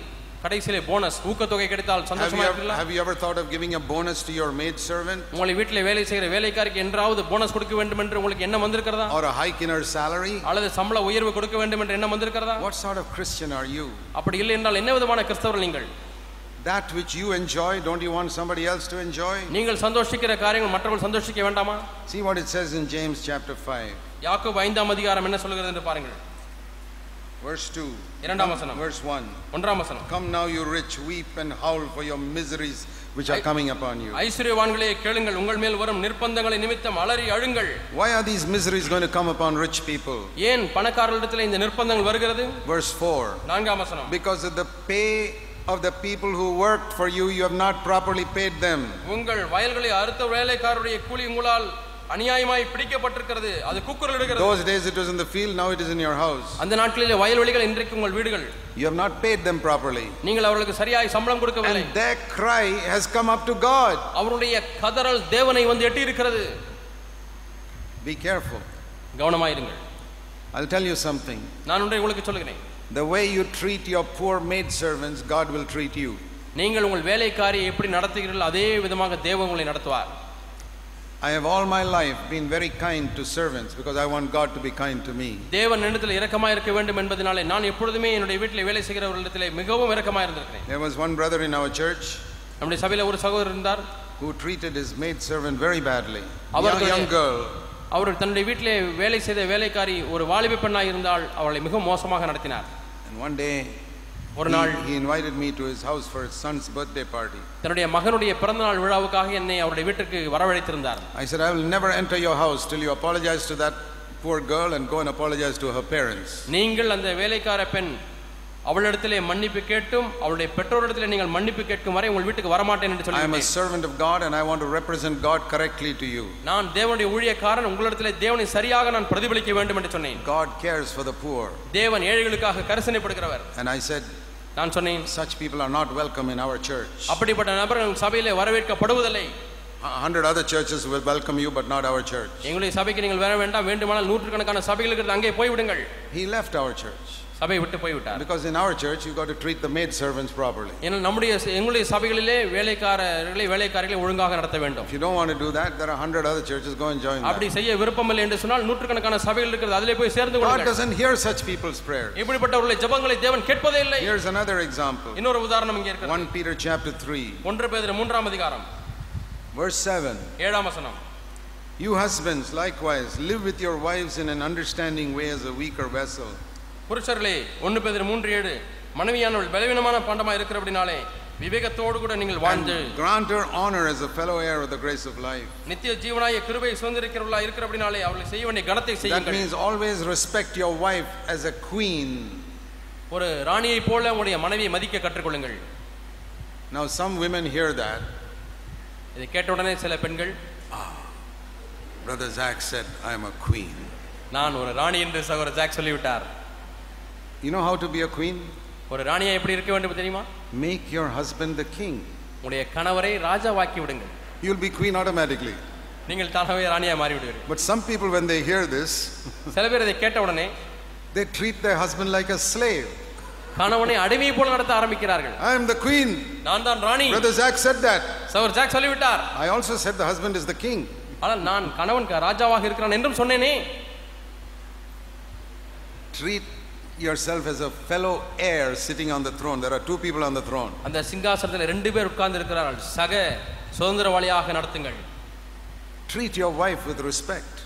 Speaker 2: கடைசியிலே போனஸ் ஊக்கத்தொகை கிடைத்தால்
Speaker 1: Have you,
Speaker 2: சந்தோஷமா
Speaker 1: ever,
Speaker 2: இருக்கீங்களா
Speaker 1: have you ever thought of giving a bonus to your maidservant
Speaker 2: உங்களை வீட்டில் வேலை செய்கிற வேலைக்காரிக்கு என்றாவது போனஸ் கொடுக்க வேண்டும் என்று உங்களுக்கு எண்ணம் வந்திருக்கிறதா
Speaker 1: or a hike in her salary?
Speaker 2: அல்லது சம்பள உயர்வு கொடுக்க வேண்டும் என்று எண்ணம் வந்திருக்கிறதா
Speaker 1: What sort of Christian are you?
Speaker 2: அப்படி இல்லை என்றால் என்ன விதமான கிறிஸ்தவர்கள் நீங்கள்
Speaker 1: That which you enjoy, don't you want somebody else to enjoy?
Speaker 2: நீங்கள் சந்தோஷிக்கிற காரியங்கள் மற்றவர்கள் சந்தோஷிக்க வேண்டாமா
Speaker 1: See what it says in James chapter 5,
Speaker 2: யாக்கோபு ஐந்தாம் அதிகாரம் என்ன சொல்கிறது என்று பாருங்கள்
Speaker 1: verse 2.
Speaker 2: இரண்டாம் வசனம்.
Speaker 1: Verse 1.
Speaker 2: ஒன்றாம் வசனம்
Speaker 1: Come now, you rich, weep and howl for your miseries which are coming upon you.
Speaker 2: ஐஸ்வர்யவான்களே கேளுங்கள் உங்கள் மேல் வரும் நிர்பந்தங்களை நிமித்தம் அலறி அழுங்கள்
Speaker 1: Why are these miseries going to come upon rich people?
Speaker 2: ஏன் பணக்காரர்களிடத்தில் இந்த நிர்பந்தங்கள் வருகிறது
Speaker 1: Verse 4.
Speaker 2: நான்காம் வசனம்
Speaker 1: Because of the pay of the people who worked for you, you have not properly paid them.
Speaker 2: உங்கள் வயல்களை அறுத்த வேலைக்காரருடைய கூலி உங்களால் அநியாயமாய் பிடிக்கப்பட்டிருக்கிறது அது குக்குரல் எடுக்கிறது
Speaker 1: Those days it was in the field, now it is in your house.
Speaker 2: அந்த நாட்களிலே வயல்வெளிகள் இன்றைக்கு உங்கள் வீடுகள்
Speaker 1: You have not paid them properly.
Speaker 2: நீங்கள் அவர்களுக்கு சரியாய் சம்பளம் கொடுக்கவில்லை
Speaker 1: And their cry has come up to God.
Speaker 2: அவருடைய கதறல் தேவனை வந்து எட்டி இருக்கிறது
Speaker 1: Be careful.
Speaker 2: கவனமாயிருங்கள்
Speaker 1: I'll tell you something.
Speaker 2: நான் ஒன்றை உங்களுக்கு சொல்கிறேன்
Speaker 1: The way you treat your poor maidservants, God will treat you.
Speaker 2: நீங்கள் உங்கள் வேலைக்காரியை எப்படி நடத்துகிறீர்கள் அதே விதமாக தேவன் உங்களை நடத்துவார்
Speaker 1: I have all my life been very kind to servants because I want God to be kind to me.
Speaker 2: தேவன் இடத்தில் இரக்கமாக இருக்க வேண்டும் என்பதனாலே நான் எப்பொழுதுமே என்னுடைய வீட்டில் வேலை செய்கிறவர்களிடத்திலே மிகவும் இரக்கமாக இருந்திருக்கிறேன்
Speaker 1: There was one brother in our church
Speaker 2: நம்முடைய சபையில் ஒரு சகோதரர் இருந்தார்
Speaker 1: who treated his maidservant very badly. A young,
Speaker 2: அவர்களுடைய-
Speaker 1: young girl.
Speaker 2: அவர் தன்னுடைய வீட்டிலே வேலை செய்த வேலைக்காரி ஒரு வாலிப பெண்ணாக இருந்தால் அவளை மிக மோசமாக நடத்தினார்
Speaker 1: And one day,
Speaker 2: ஒரு நாள்
Speaker 1: he, he invited me to his house for his son's birthday party.
Speaker 2: தன்னுடைய மகனுடைய பிறந்தநாள் விழாவுக்காக என்னை அவருடைய வீட்டிற்கு வரவழைத்திருந்தார்
Speaker 1: I said, I will never enter your house till you apologize to that poor girl and go and apologize to her parents.
Speaker 2: நீங்கள் அந்த வேலைக்கார பெண் அவளிடத்திலே மன்னிப்பு கேட்டும் அவளுடைய பெற்றோரிடத்திலே நீங்கள் மன்னிப்பு கேட்கும் வரை உங்கள் வீட்டுக்கு வரமாட்டேன் என்று
Speaker 1: I am a
Speaker 2: சொல்லி
Speaker 1: servant of God and I want to represent God correctly to you.
Speaker 2: நான் தேவனுடைய ஊழியக்காரன் உங்களிடத்திலே தேவனை சரியாக நான் பிரதிபலிக்க வேண்டும் என்று சொன்னேன்
Speaker 1: God cares for the poor.
Speaker 2: தேவன் ஏழைகளுக்காக கரிசனைப்படுகிறவர்
Speaker 1: And I said,
Speaker 2: நான் சொன்னேன்
Speaker 1: such people are not welcome in our church.
Speaker 2: அப்படிப்பட்ட நபர்கள் உங்கள் சபையிலே வரவேற்கப்படுவதில்லை
Speaker 1: A hundred other churches will welcome you, but not our church.
Speaker 2: எங்களுடைய சபைக்கு நீங்கள் வர வேண்டாம் வேண்டுமானால் நூற்றுக்கணக்கான சபைகள் இருக்கிறது அங்கே போய்விடுங்கள்
Speaker 1: He left our church.
Speaker 2: சபையை விட்டு போய்விட்டார்
Speaker 1: Because in our church, you got to treat the maid servants properly.
Speaker 2: ஏன்னா நம்முடைய ச- எங்களுடைய சபைகளிலே வேலைக்காரர்களை வேலைக்காரிகளை ஒழுங்காக நடத்த வேண்டும்
Speaker 1: If you don't want to do that, there are hundred other churches, go and join
Speaker 2: அப்படி
Speaker 1: them.
Speaker 2: செய்ய விருப்பமில்லை என்று சொன்னால் நூற்றுக்கணக்கான சபைகள் இருக்கிறது அதிலே போய் சேர்ந்து
Speaker 1: God
Speaker 2: கொள்ளுங்கள்
Speaker 1: doesn't hear such people's prayers.
Speaker 2: இப்படிப்பட்டவர்களை ஜெபங்களை தேவன் கேட்பதே இல்லை
Speaker 1: Here's another example.
Speaker 2: இன்னொரு உதாரணம் இங்கே இருக்கிறது
Speaker 1: 1 Peter chapter 3,
Speaker 2: ஒன்று பேதிரு மூன்றாம் அதிகாரம்
Speaker 1: verse 7.
Speaker 2: ஏழாம் வசனம்
Speaker 1: You husbands, likewise, live with your wives in an understanding way as a weaker vessel,
Speaker 2: புருஷர்களே ஒன்று பேதிரு மூன்று ஏழு மனைவியானவள் பலவீனமான பாண்டமா இருக்கிறபடினாலே விவேகத்தோடு கூட நீங்கள் வாழ்ந்து
Speaker 1: grant her honor as a fellow heir of the grace of life.
Speaker 2: நித்திய ஜீவனாய கிருபை சுதந்திரிக்கிறவளா இருக்கிறபடினாலே அவளை செய்ய வேண்டிய கணத்தை
Speaker 1: That
Speaker 2: செய்யுங்கள்
Speaker 1: means always respect your wife as a queen.
Speaker 2: ஒரு ராணியை போல உங்களுடைய மனைவியை மதிக்க கற்றுக்கொள்ளுங்கள்
Speaker 1: Now, some women hear that.
Speaker 2: இதை கேட்ட உடனே சில பெண்கள்
Speaker 1: Brother Zach said, I am a queen.
Speaker 2: நான் ஒரு ராணி என்று சகோதர ஜாக் சொல்லிவிட்டார்
Speaker 1: You know how to be a queen?
Speaker 2: ஒரு ராணியா எப்படி இருக்க வேண்டும் தெரியுமா
Speaker 1: Make your husband the king.
Speaker 2: உங்களுடைய கணவரை ராஜாவாக்கி விடுங்கள்
Speaker 1: You'll be queen automatically.
Speaker 2: நீங்கள் தானாகவே ராணியா மாறி விடுவீர்கள்
Speaker 1: But some people, when they hear this,
Speaker 2: சில பேர் இதை கேட்ட உடனே
Speaker 1: they treat their husband like a slave.
Speaker 2: கணவனை அடிமையை போல நடத்த ஆரம்பிக்கிறார்கள்
Speaker 1: I am the queen.
Speaker 2: நான் தான் ராணி
Speaker 1: Brother Zach said that.
Speaker 2: சவர் ஜாக் சொல்லிவிட்டார்
Speaker 1: I also said the husband is the king.
Speaker 2: ஆனால் நான் கணவன் க- ராஜாவாக இருக்கிறான் என்றும் சொன்னேனே
Speaker 1: Treat yourself as a fellow heir sitting on the throne. There are two people on the throne.
Speaker 2: அந்த சிங்காசனத்தில் ரெண்டு பேர் உட்கார்ந்து இருக்கிறார்கள் சக சுதந்திரவாளியாக நடத்துங்கள்
Speaker 1: Treat your wife with respect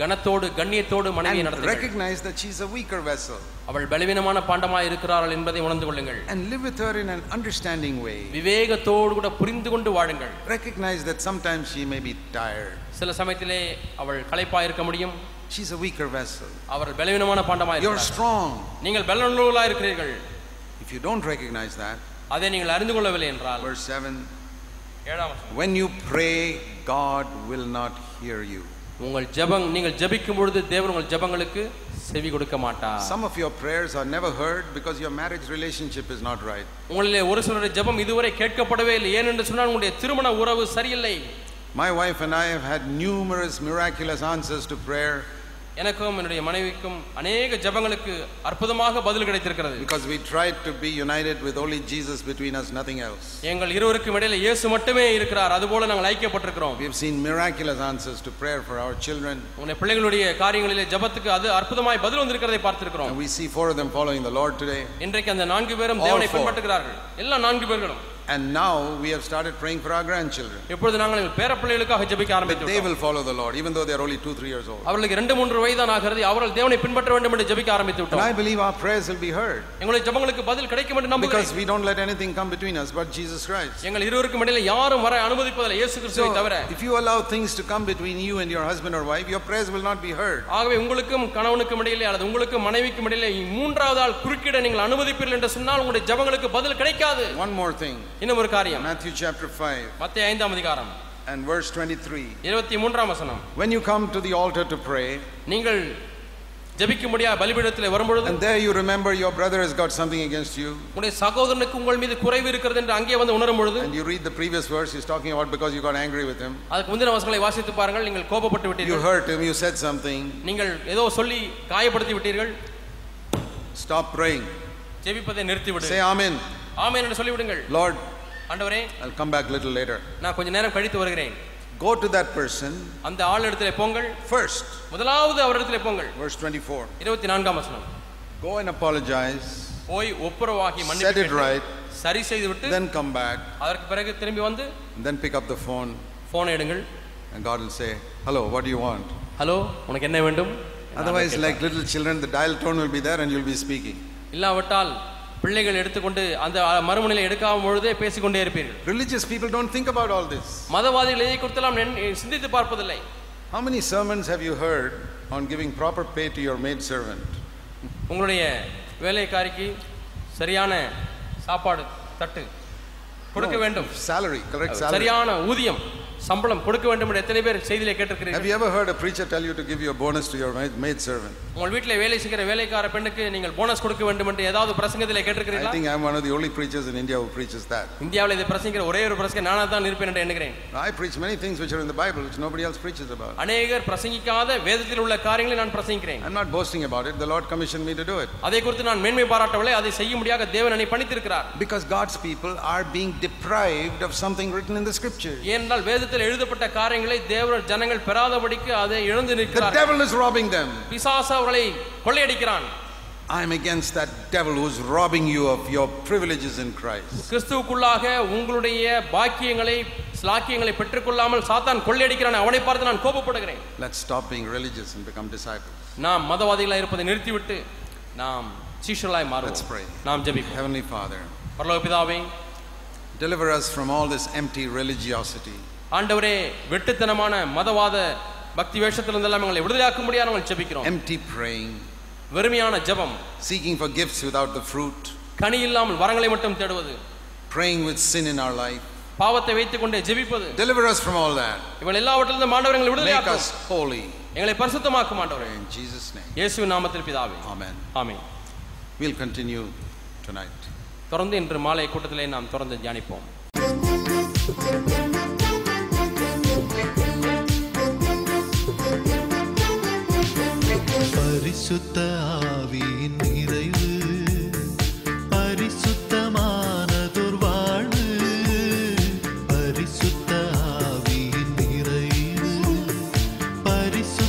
Speaker 2: கனத்தோடு கண்ணியத்தோடு மனைவியை
Speaker 1: and
Speaker 2: நடத்துங்கள்
Speaker 1: recognize that she's a weaker vessel
Speaker 2: அவள் பலவீனமான பாண்டமாய் இருக்கிறார்கள் என்பதை உணர்ந்து கொள்ளுங்கள்
Speaker 1: and live with her in an understanding way.
Speaker 2: விவேகத்தோடு கூட புரிந்து கொண்டு வாழுங்கள்
Speaker 1: Recognize that sometimes she may be tired.
Speaker 2: சில சமயத்திலே அவள் களைப்பாய் இருக்க முடியும்
Speaker 1: She's a weaker vessel.
Speaker 2: அவர் பலவீனமான பாண்டமாய்
Speaker 1: You're
Speaker 2: இருக்கிறார்
Speaker 1: strong.
Speaker 2: நீங்கள் பலனுள்ளவர்களா இருக்கிறீர்கள்
Speaker 1: If you don't recognize that,
Speaker 2: அதை நீங்கள் அறிந்து கொள்ளவில்லை என்றால்
Speaker 1: verse 7
Speaker 2: ஏழாம் வசனம்.
Speaker 1: when you pray, God will not hear you.
Speaker 2: உங்கள் ஜெபம் நீங்கள் ஜெபிக்கும் பொழுது தேவன் உங்கள் ஜெபங்களுக்கு செவி கொடுக்க மாட்டார்
Speaker 1: Some of your prayers are never heard because your marriage relationship is not right.
Speaker 2: உங்களிலே ஒரு சிலருடைய ஜெபம் இதுவரை கேட்கப்படவே இல்லை ஏனென்று சொன்னால் உங்களுடைய திருமண உறவு சரியில்லை
Speaker 1: My wife and I have had numerous miraculous answers to prayer
Speaker 2: எனக்கும் என்னுடைய மனைவிக்கும் அநேக ஜெபங்களுக்கு அற்புதமாக பதில் கிடைத்திருக்கிறது
Speaker 1: because we tried to be united with only Jesus between us, nothing else.
Speaker 2: எங்கள் இருவருக்கும் இடையில இயேசு மட்டுமே இருக்கிறார் அதுபோல நாங்கள் ஐக்கியப்பட்டிருக்கிறோம்
Speaker 1: We have seen miraculous answers to prayer for our children,
Speaker 2: உங்களுடைய பிள்ளைகளுடைய காரியங்களிலே ஜெபத்துக்கு அது அற்புதமாய் பதில் வந்திருக்கிறதை பார்த்திருக்கிறோம்
Speaker 1: and we see four of them following the Lord today.
Speaker 2: இன்றைக்கு அந்த நான்கு பேரும்
Speaker 1: All
Speaker 2: தேவனை
Speaker 1: four.
Speaker 2: பின்பற்றுகிறார்கள் எல்லா நான்கு பேர்களும்
Speaker 1: And now we have started praying for our grandchildren.
Speaker 2: இப்பொழுது நாங்கள் எங்கள் பேரப்பிள்ளைகளுக்காக
Speaker 1: But
Speaker 2: ஜெபிக்க
Speaker 1: they
Speaker 2: ஆரம்பித்து
Speaker 1: will follow the Lord, even though they are only two, three years old.
Speaker 2: அவர்களுக்கு ரெண்டு மூன்று வயதான் ஆகிறது அவர்கள் தேவனை பின்பற்ற வேண்டும் என்று ஜெபிக்க ஆரம்பித்து
Speaker 1: And I
Speaker 2: விட்டோம்
Speaker 1: believe our prayers will be heard
Speaker 2: எங்களுடைய ஜெபங்களுக்கு பதில் கிடைக்கும் என்று
Speaker 1: because
Speaker 2: நம்புகிறேன்
Speaker 1: we don't let anything come between us but Jesus Christ.
Speaker 2: எங்கள் இருவருக்கும் இடையில யாரும் வர அனுமதிப்பதில்லை இயேசு கிறிஸ்துவை
Speaker 1: So,
Speaker 2: தவிர
Speaker 1: if you allow things to come between you and your husband or wife, your prayers will not be heard.
Speaker 2: ஆகவே உங்களுக்கும் கணவனுக்கும் இடையிலே அல்லது உங்களுக்கும் மனைவிக்கும் இடையிலே மூன்றாவது ஆள் குறுக்கிட நீங்கள் அனுமதிப்பீர்கள் என்று சொன்னால் உங்களுடைய ஜெபங்களுக்கு பதில் கிடைக்காது
Speaker 1: One more thing
Speaker 2: இன்னும் ஒரு காரியம்
Speaker 1: Matthew chapter 5
Speaker 2: மத்திய ஐந்தாம் அதிகாரம்
Speaker 1: and verse 23.
Speaker 2: இருபத்தி மூன்றாம் வசனம்
Speaker 1: When you come to the altar to pray,
Speaker 2: நீங்கள் ஜெபிக்கும்படியா பலிபீடத்தில் வரும்பொழுது
Speaker 1: and there you remember your brother has got something against you,
Speaker 2: உங்களுடைய சகோதரனுக்கு உங்கள் மீது குறைவு இருக்கிறது என்று அங்கே வந்து உணரும் பொழுது
Speaker 1: and you read the previous verse, he's talking about because you got angry with him.
Speaker 2: அதுக்கு முந்தின வசங்களை வாசித்து பாருங்கள் நீங்கள் கோபப்பட்டு
Speaker 1: You
Speaker 2: விட்டீர்கள்
Speaker 1: hurt him, you said something,
Speaker 2: நீங்கள் ஏதோ சொல்லி காயப்படுத்தி விட்டீர்கள்
Speaker 1: stop praying.
Speaker 2: ஜெபிப்பதை நிறுத்தி
Speaker 1: Say
Speaker 2: விடு
Speaker 1: Amen.
Speaker 2: ஆமென் என்று சொல்லிவிடுங்கள்
Speaker 1: Lord,
Speaker 2: ஆண்டவரே
Speaker 1: I'll come back a little later.
Speaker 2: நான் கொஞ்ச நேரம் கழித்து வருகிறேன்
Speaker 1: Go to that person
Speaker 2: அந்த ஆள் இடத்துல போங்கள்
Speaker 1: first.
Speaker 2: முதலாவது அவரிடத்தில் போங்கள்
Speaker 1: Verse 24.
Speaker 2: இருபத்தி நான்காம் வசனம்
Speaker 1: Go and apologize,
Speaker 2: போய் ஒப்புரவாகி
Speaker 1: set
Speaker 2: மன்னிப்பு
Speaker 1: it right,
Speaker 2: கேட்டு, சரி செய்து விட்டு
Speaker 1: then come back,
Speaker 2: அதற்கு பிறகு திரும்பி வந்து
Speaker 1: and then pick up the phone,
Speaker 2: போனை எடுங்கள்
Speaker 1: and God will say, Hello, what do you want?
Speaker 2: Hello உனக்கு என்ன வேண்டும்
Speaker 1: Otherwise, like little children, the dial tone will be there and you'll be speaking.
Speaker 2: இல்லாவிட்டால் பிள்ளைகள் எடுத்துக்கொண்டு அந்த மறுமணியில் எடுக்காம பொழுதே பேசிக்கொண்டே இருப்பீர்கள்
Speaker 1: Religious people don't think about all this.
Speaker 2: மதவாதிகள் எதை குறித்தெல்லாம் நின்- சிந்தித்து பார்ப்பதில்லை
Speaker 1: How many sermons have you heard on giving proper pay to your maidservant?
Speaker 2: உங்களுடைய வேலைக்காரிக்கு சரியான சாப்பாடு தட்டு கொடுக்க வேண்டும்
Speaker 1: Salary, correct salary.
Speaker 2: சரியான ஊதியம் சம்பளம் கொடுக்க வேண்டும் என்று எத்தனை பேர் செய்தியிலே கேட்டிருக்கிறீர்கள்
Speaker 1: Have you ever heard a preacher tell you to give your bonus to your maid- maidservant?
Speaker 2: உங்கள் வீட்டில் வேலை செய்கிற வேலைக்கார பெண்ணுக்கு நீங்கள் போனஸ் கொடுக்க வேண்டும் என்று ஏதாவது பிரசங்கத்திலே
Speaker 1: I
Speaker 2: கேட்டிருக்கிறீர்களா
Speaker 1: think I'm one of the only preachers in India who preaches that.
Speaker 2: இந்தியாவில் இதை பிரசங்கிற ஒரே ஒரு பிரசங்க நானா தான் இருப்பேன் என்று எண்ணுகிறேன்
Speaker 1: I preach many things which are in the Bible which nobody else preaches about.
Speaker 2: அநேகர் பிரசங்கிக்காத வேதத்தில் உள்ள காரியங்களை நான் பிரசங்கிக்கிறேன்
Speaker 1: I'm not boasting about it. The Lord commissioned me to do it.
Speaker 2: அதை குறித்து நான் மேன்மை பாராட்டவில்லை அதை செய்ய முடியாத தேவன் என்னை பணித்திருக்கிறார்
Speaker 1: Because God's people are being deprived of something written in the scriptures.
Speaker 2: ஏனென்றால் வேதத்தில் எழுதப்பட்ட காரியங்களை தேவ ஜனங்கள் பெறாதபடிக்கு அதை இழந்து
Speaker 1: The
Speaker 2: நிற்கிறார்
Speaker 1: devil is robbing them.
Speaker 2: பிசாசு அவர்களை கொள்ளையடிக்கிறான்
Speaker 1: I'm against that devil who's robbing you of your privileges in Christ.
Speaker 2: கிறிஸ்துவுக்குள்ளாக உங்களுடைய பாக்கியங்களை ஸ்லாக்கியங்களை பெற்றுக்கொள்ளாமல் சாத்தான் கொள்ளையடிக்கிறான் அவனை பார்த்து நான் கோபப்படுகிறேன்
Speaker 1: Let's stop being religious and become disciples.
Speaker 2: நாம் மதவாதிகளாக இருப்பதை நிறுத்திவிட்டு நாம் சீஷர்களாய்
Speaker 1: Let's
Speaker 2: மாறுவோம்
Speaker 1: pray.
Speaker 2: நாம் ஜெபிப்போம்
Speaker 1: Heavenly Father,
Speaker 2: பரலோக பிதாவே
Speaker 1: deliver us from all this empty religiosity.
Speaker 2: ஆண்டவரே வெட்டுத்தனமான மதவாத பக்தி வேஷத்திலிருந்தெல்லாம் எங்களை விடுதலையாக்க முடியாது நாங்கள் ஜெபிக்கிறோம்
Speaker 1: empty praying,
Speaker 2: வெறுமையான ஜெபம்
Speaker 1: seeking for gifts without the fruit,
Speaker 2: கனி இல்லாமல் வரங்களை மட்டும் தேடுவது
Speaker 1: praying with sin in our life.
Speaker 2: பாவத்தை வைத்துக் கொண்டே ஜெபிப்பது
Speaker 1: Deliver us from all that.
Speaker 2: இவள் எல்லாவற்றிலிருந்து மாண்டவர் எங்களை
Speaker 1: Make
Speaker 2: விடுதலையாக்கும்
Speaker 1: us holy.
Speaker 2: எங்களை பரிசுத்தமாக்கும் ஆண்டவரே
Speaker 1: In Jesus' name,
Speaker 2: இயேசுவின் நாமத்தில் பிதாவே
Speaker 1: Amen.
Speaker 2: ஆமென்
Speaker 1: We'll continue tonight.
Speaker 2: தொடர்ந்து இன்று மாலை கூட்டத்திலே நாம் தொடர்ந்து தியானிப்போம்
Speaker 3: பரிசுத்த ஆவியின் நிறைவு பரிசுத்தமானதொரு வாழ்வு பரிசுத்த ஆவியின் நிறைவு பரிசுத்த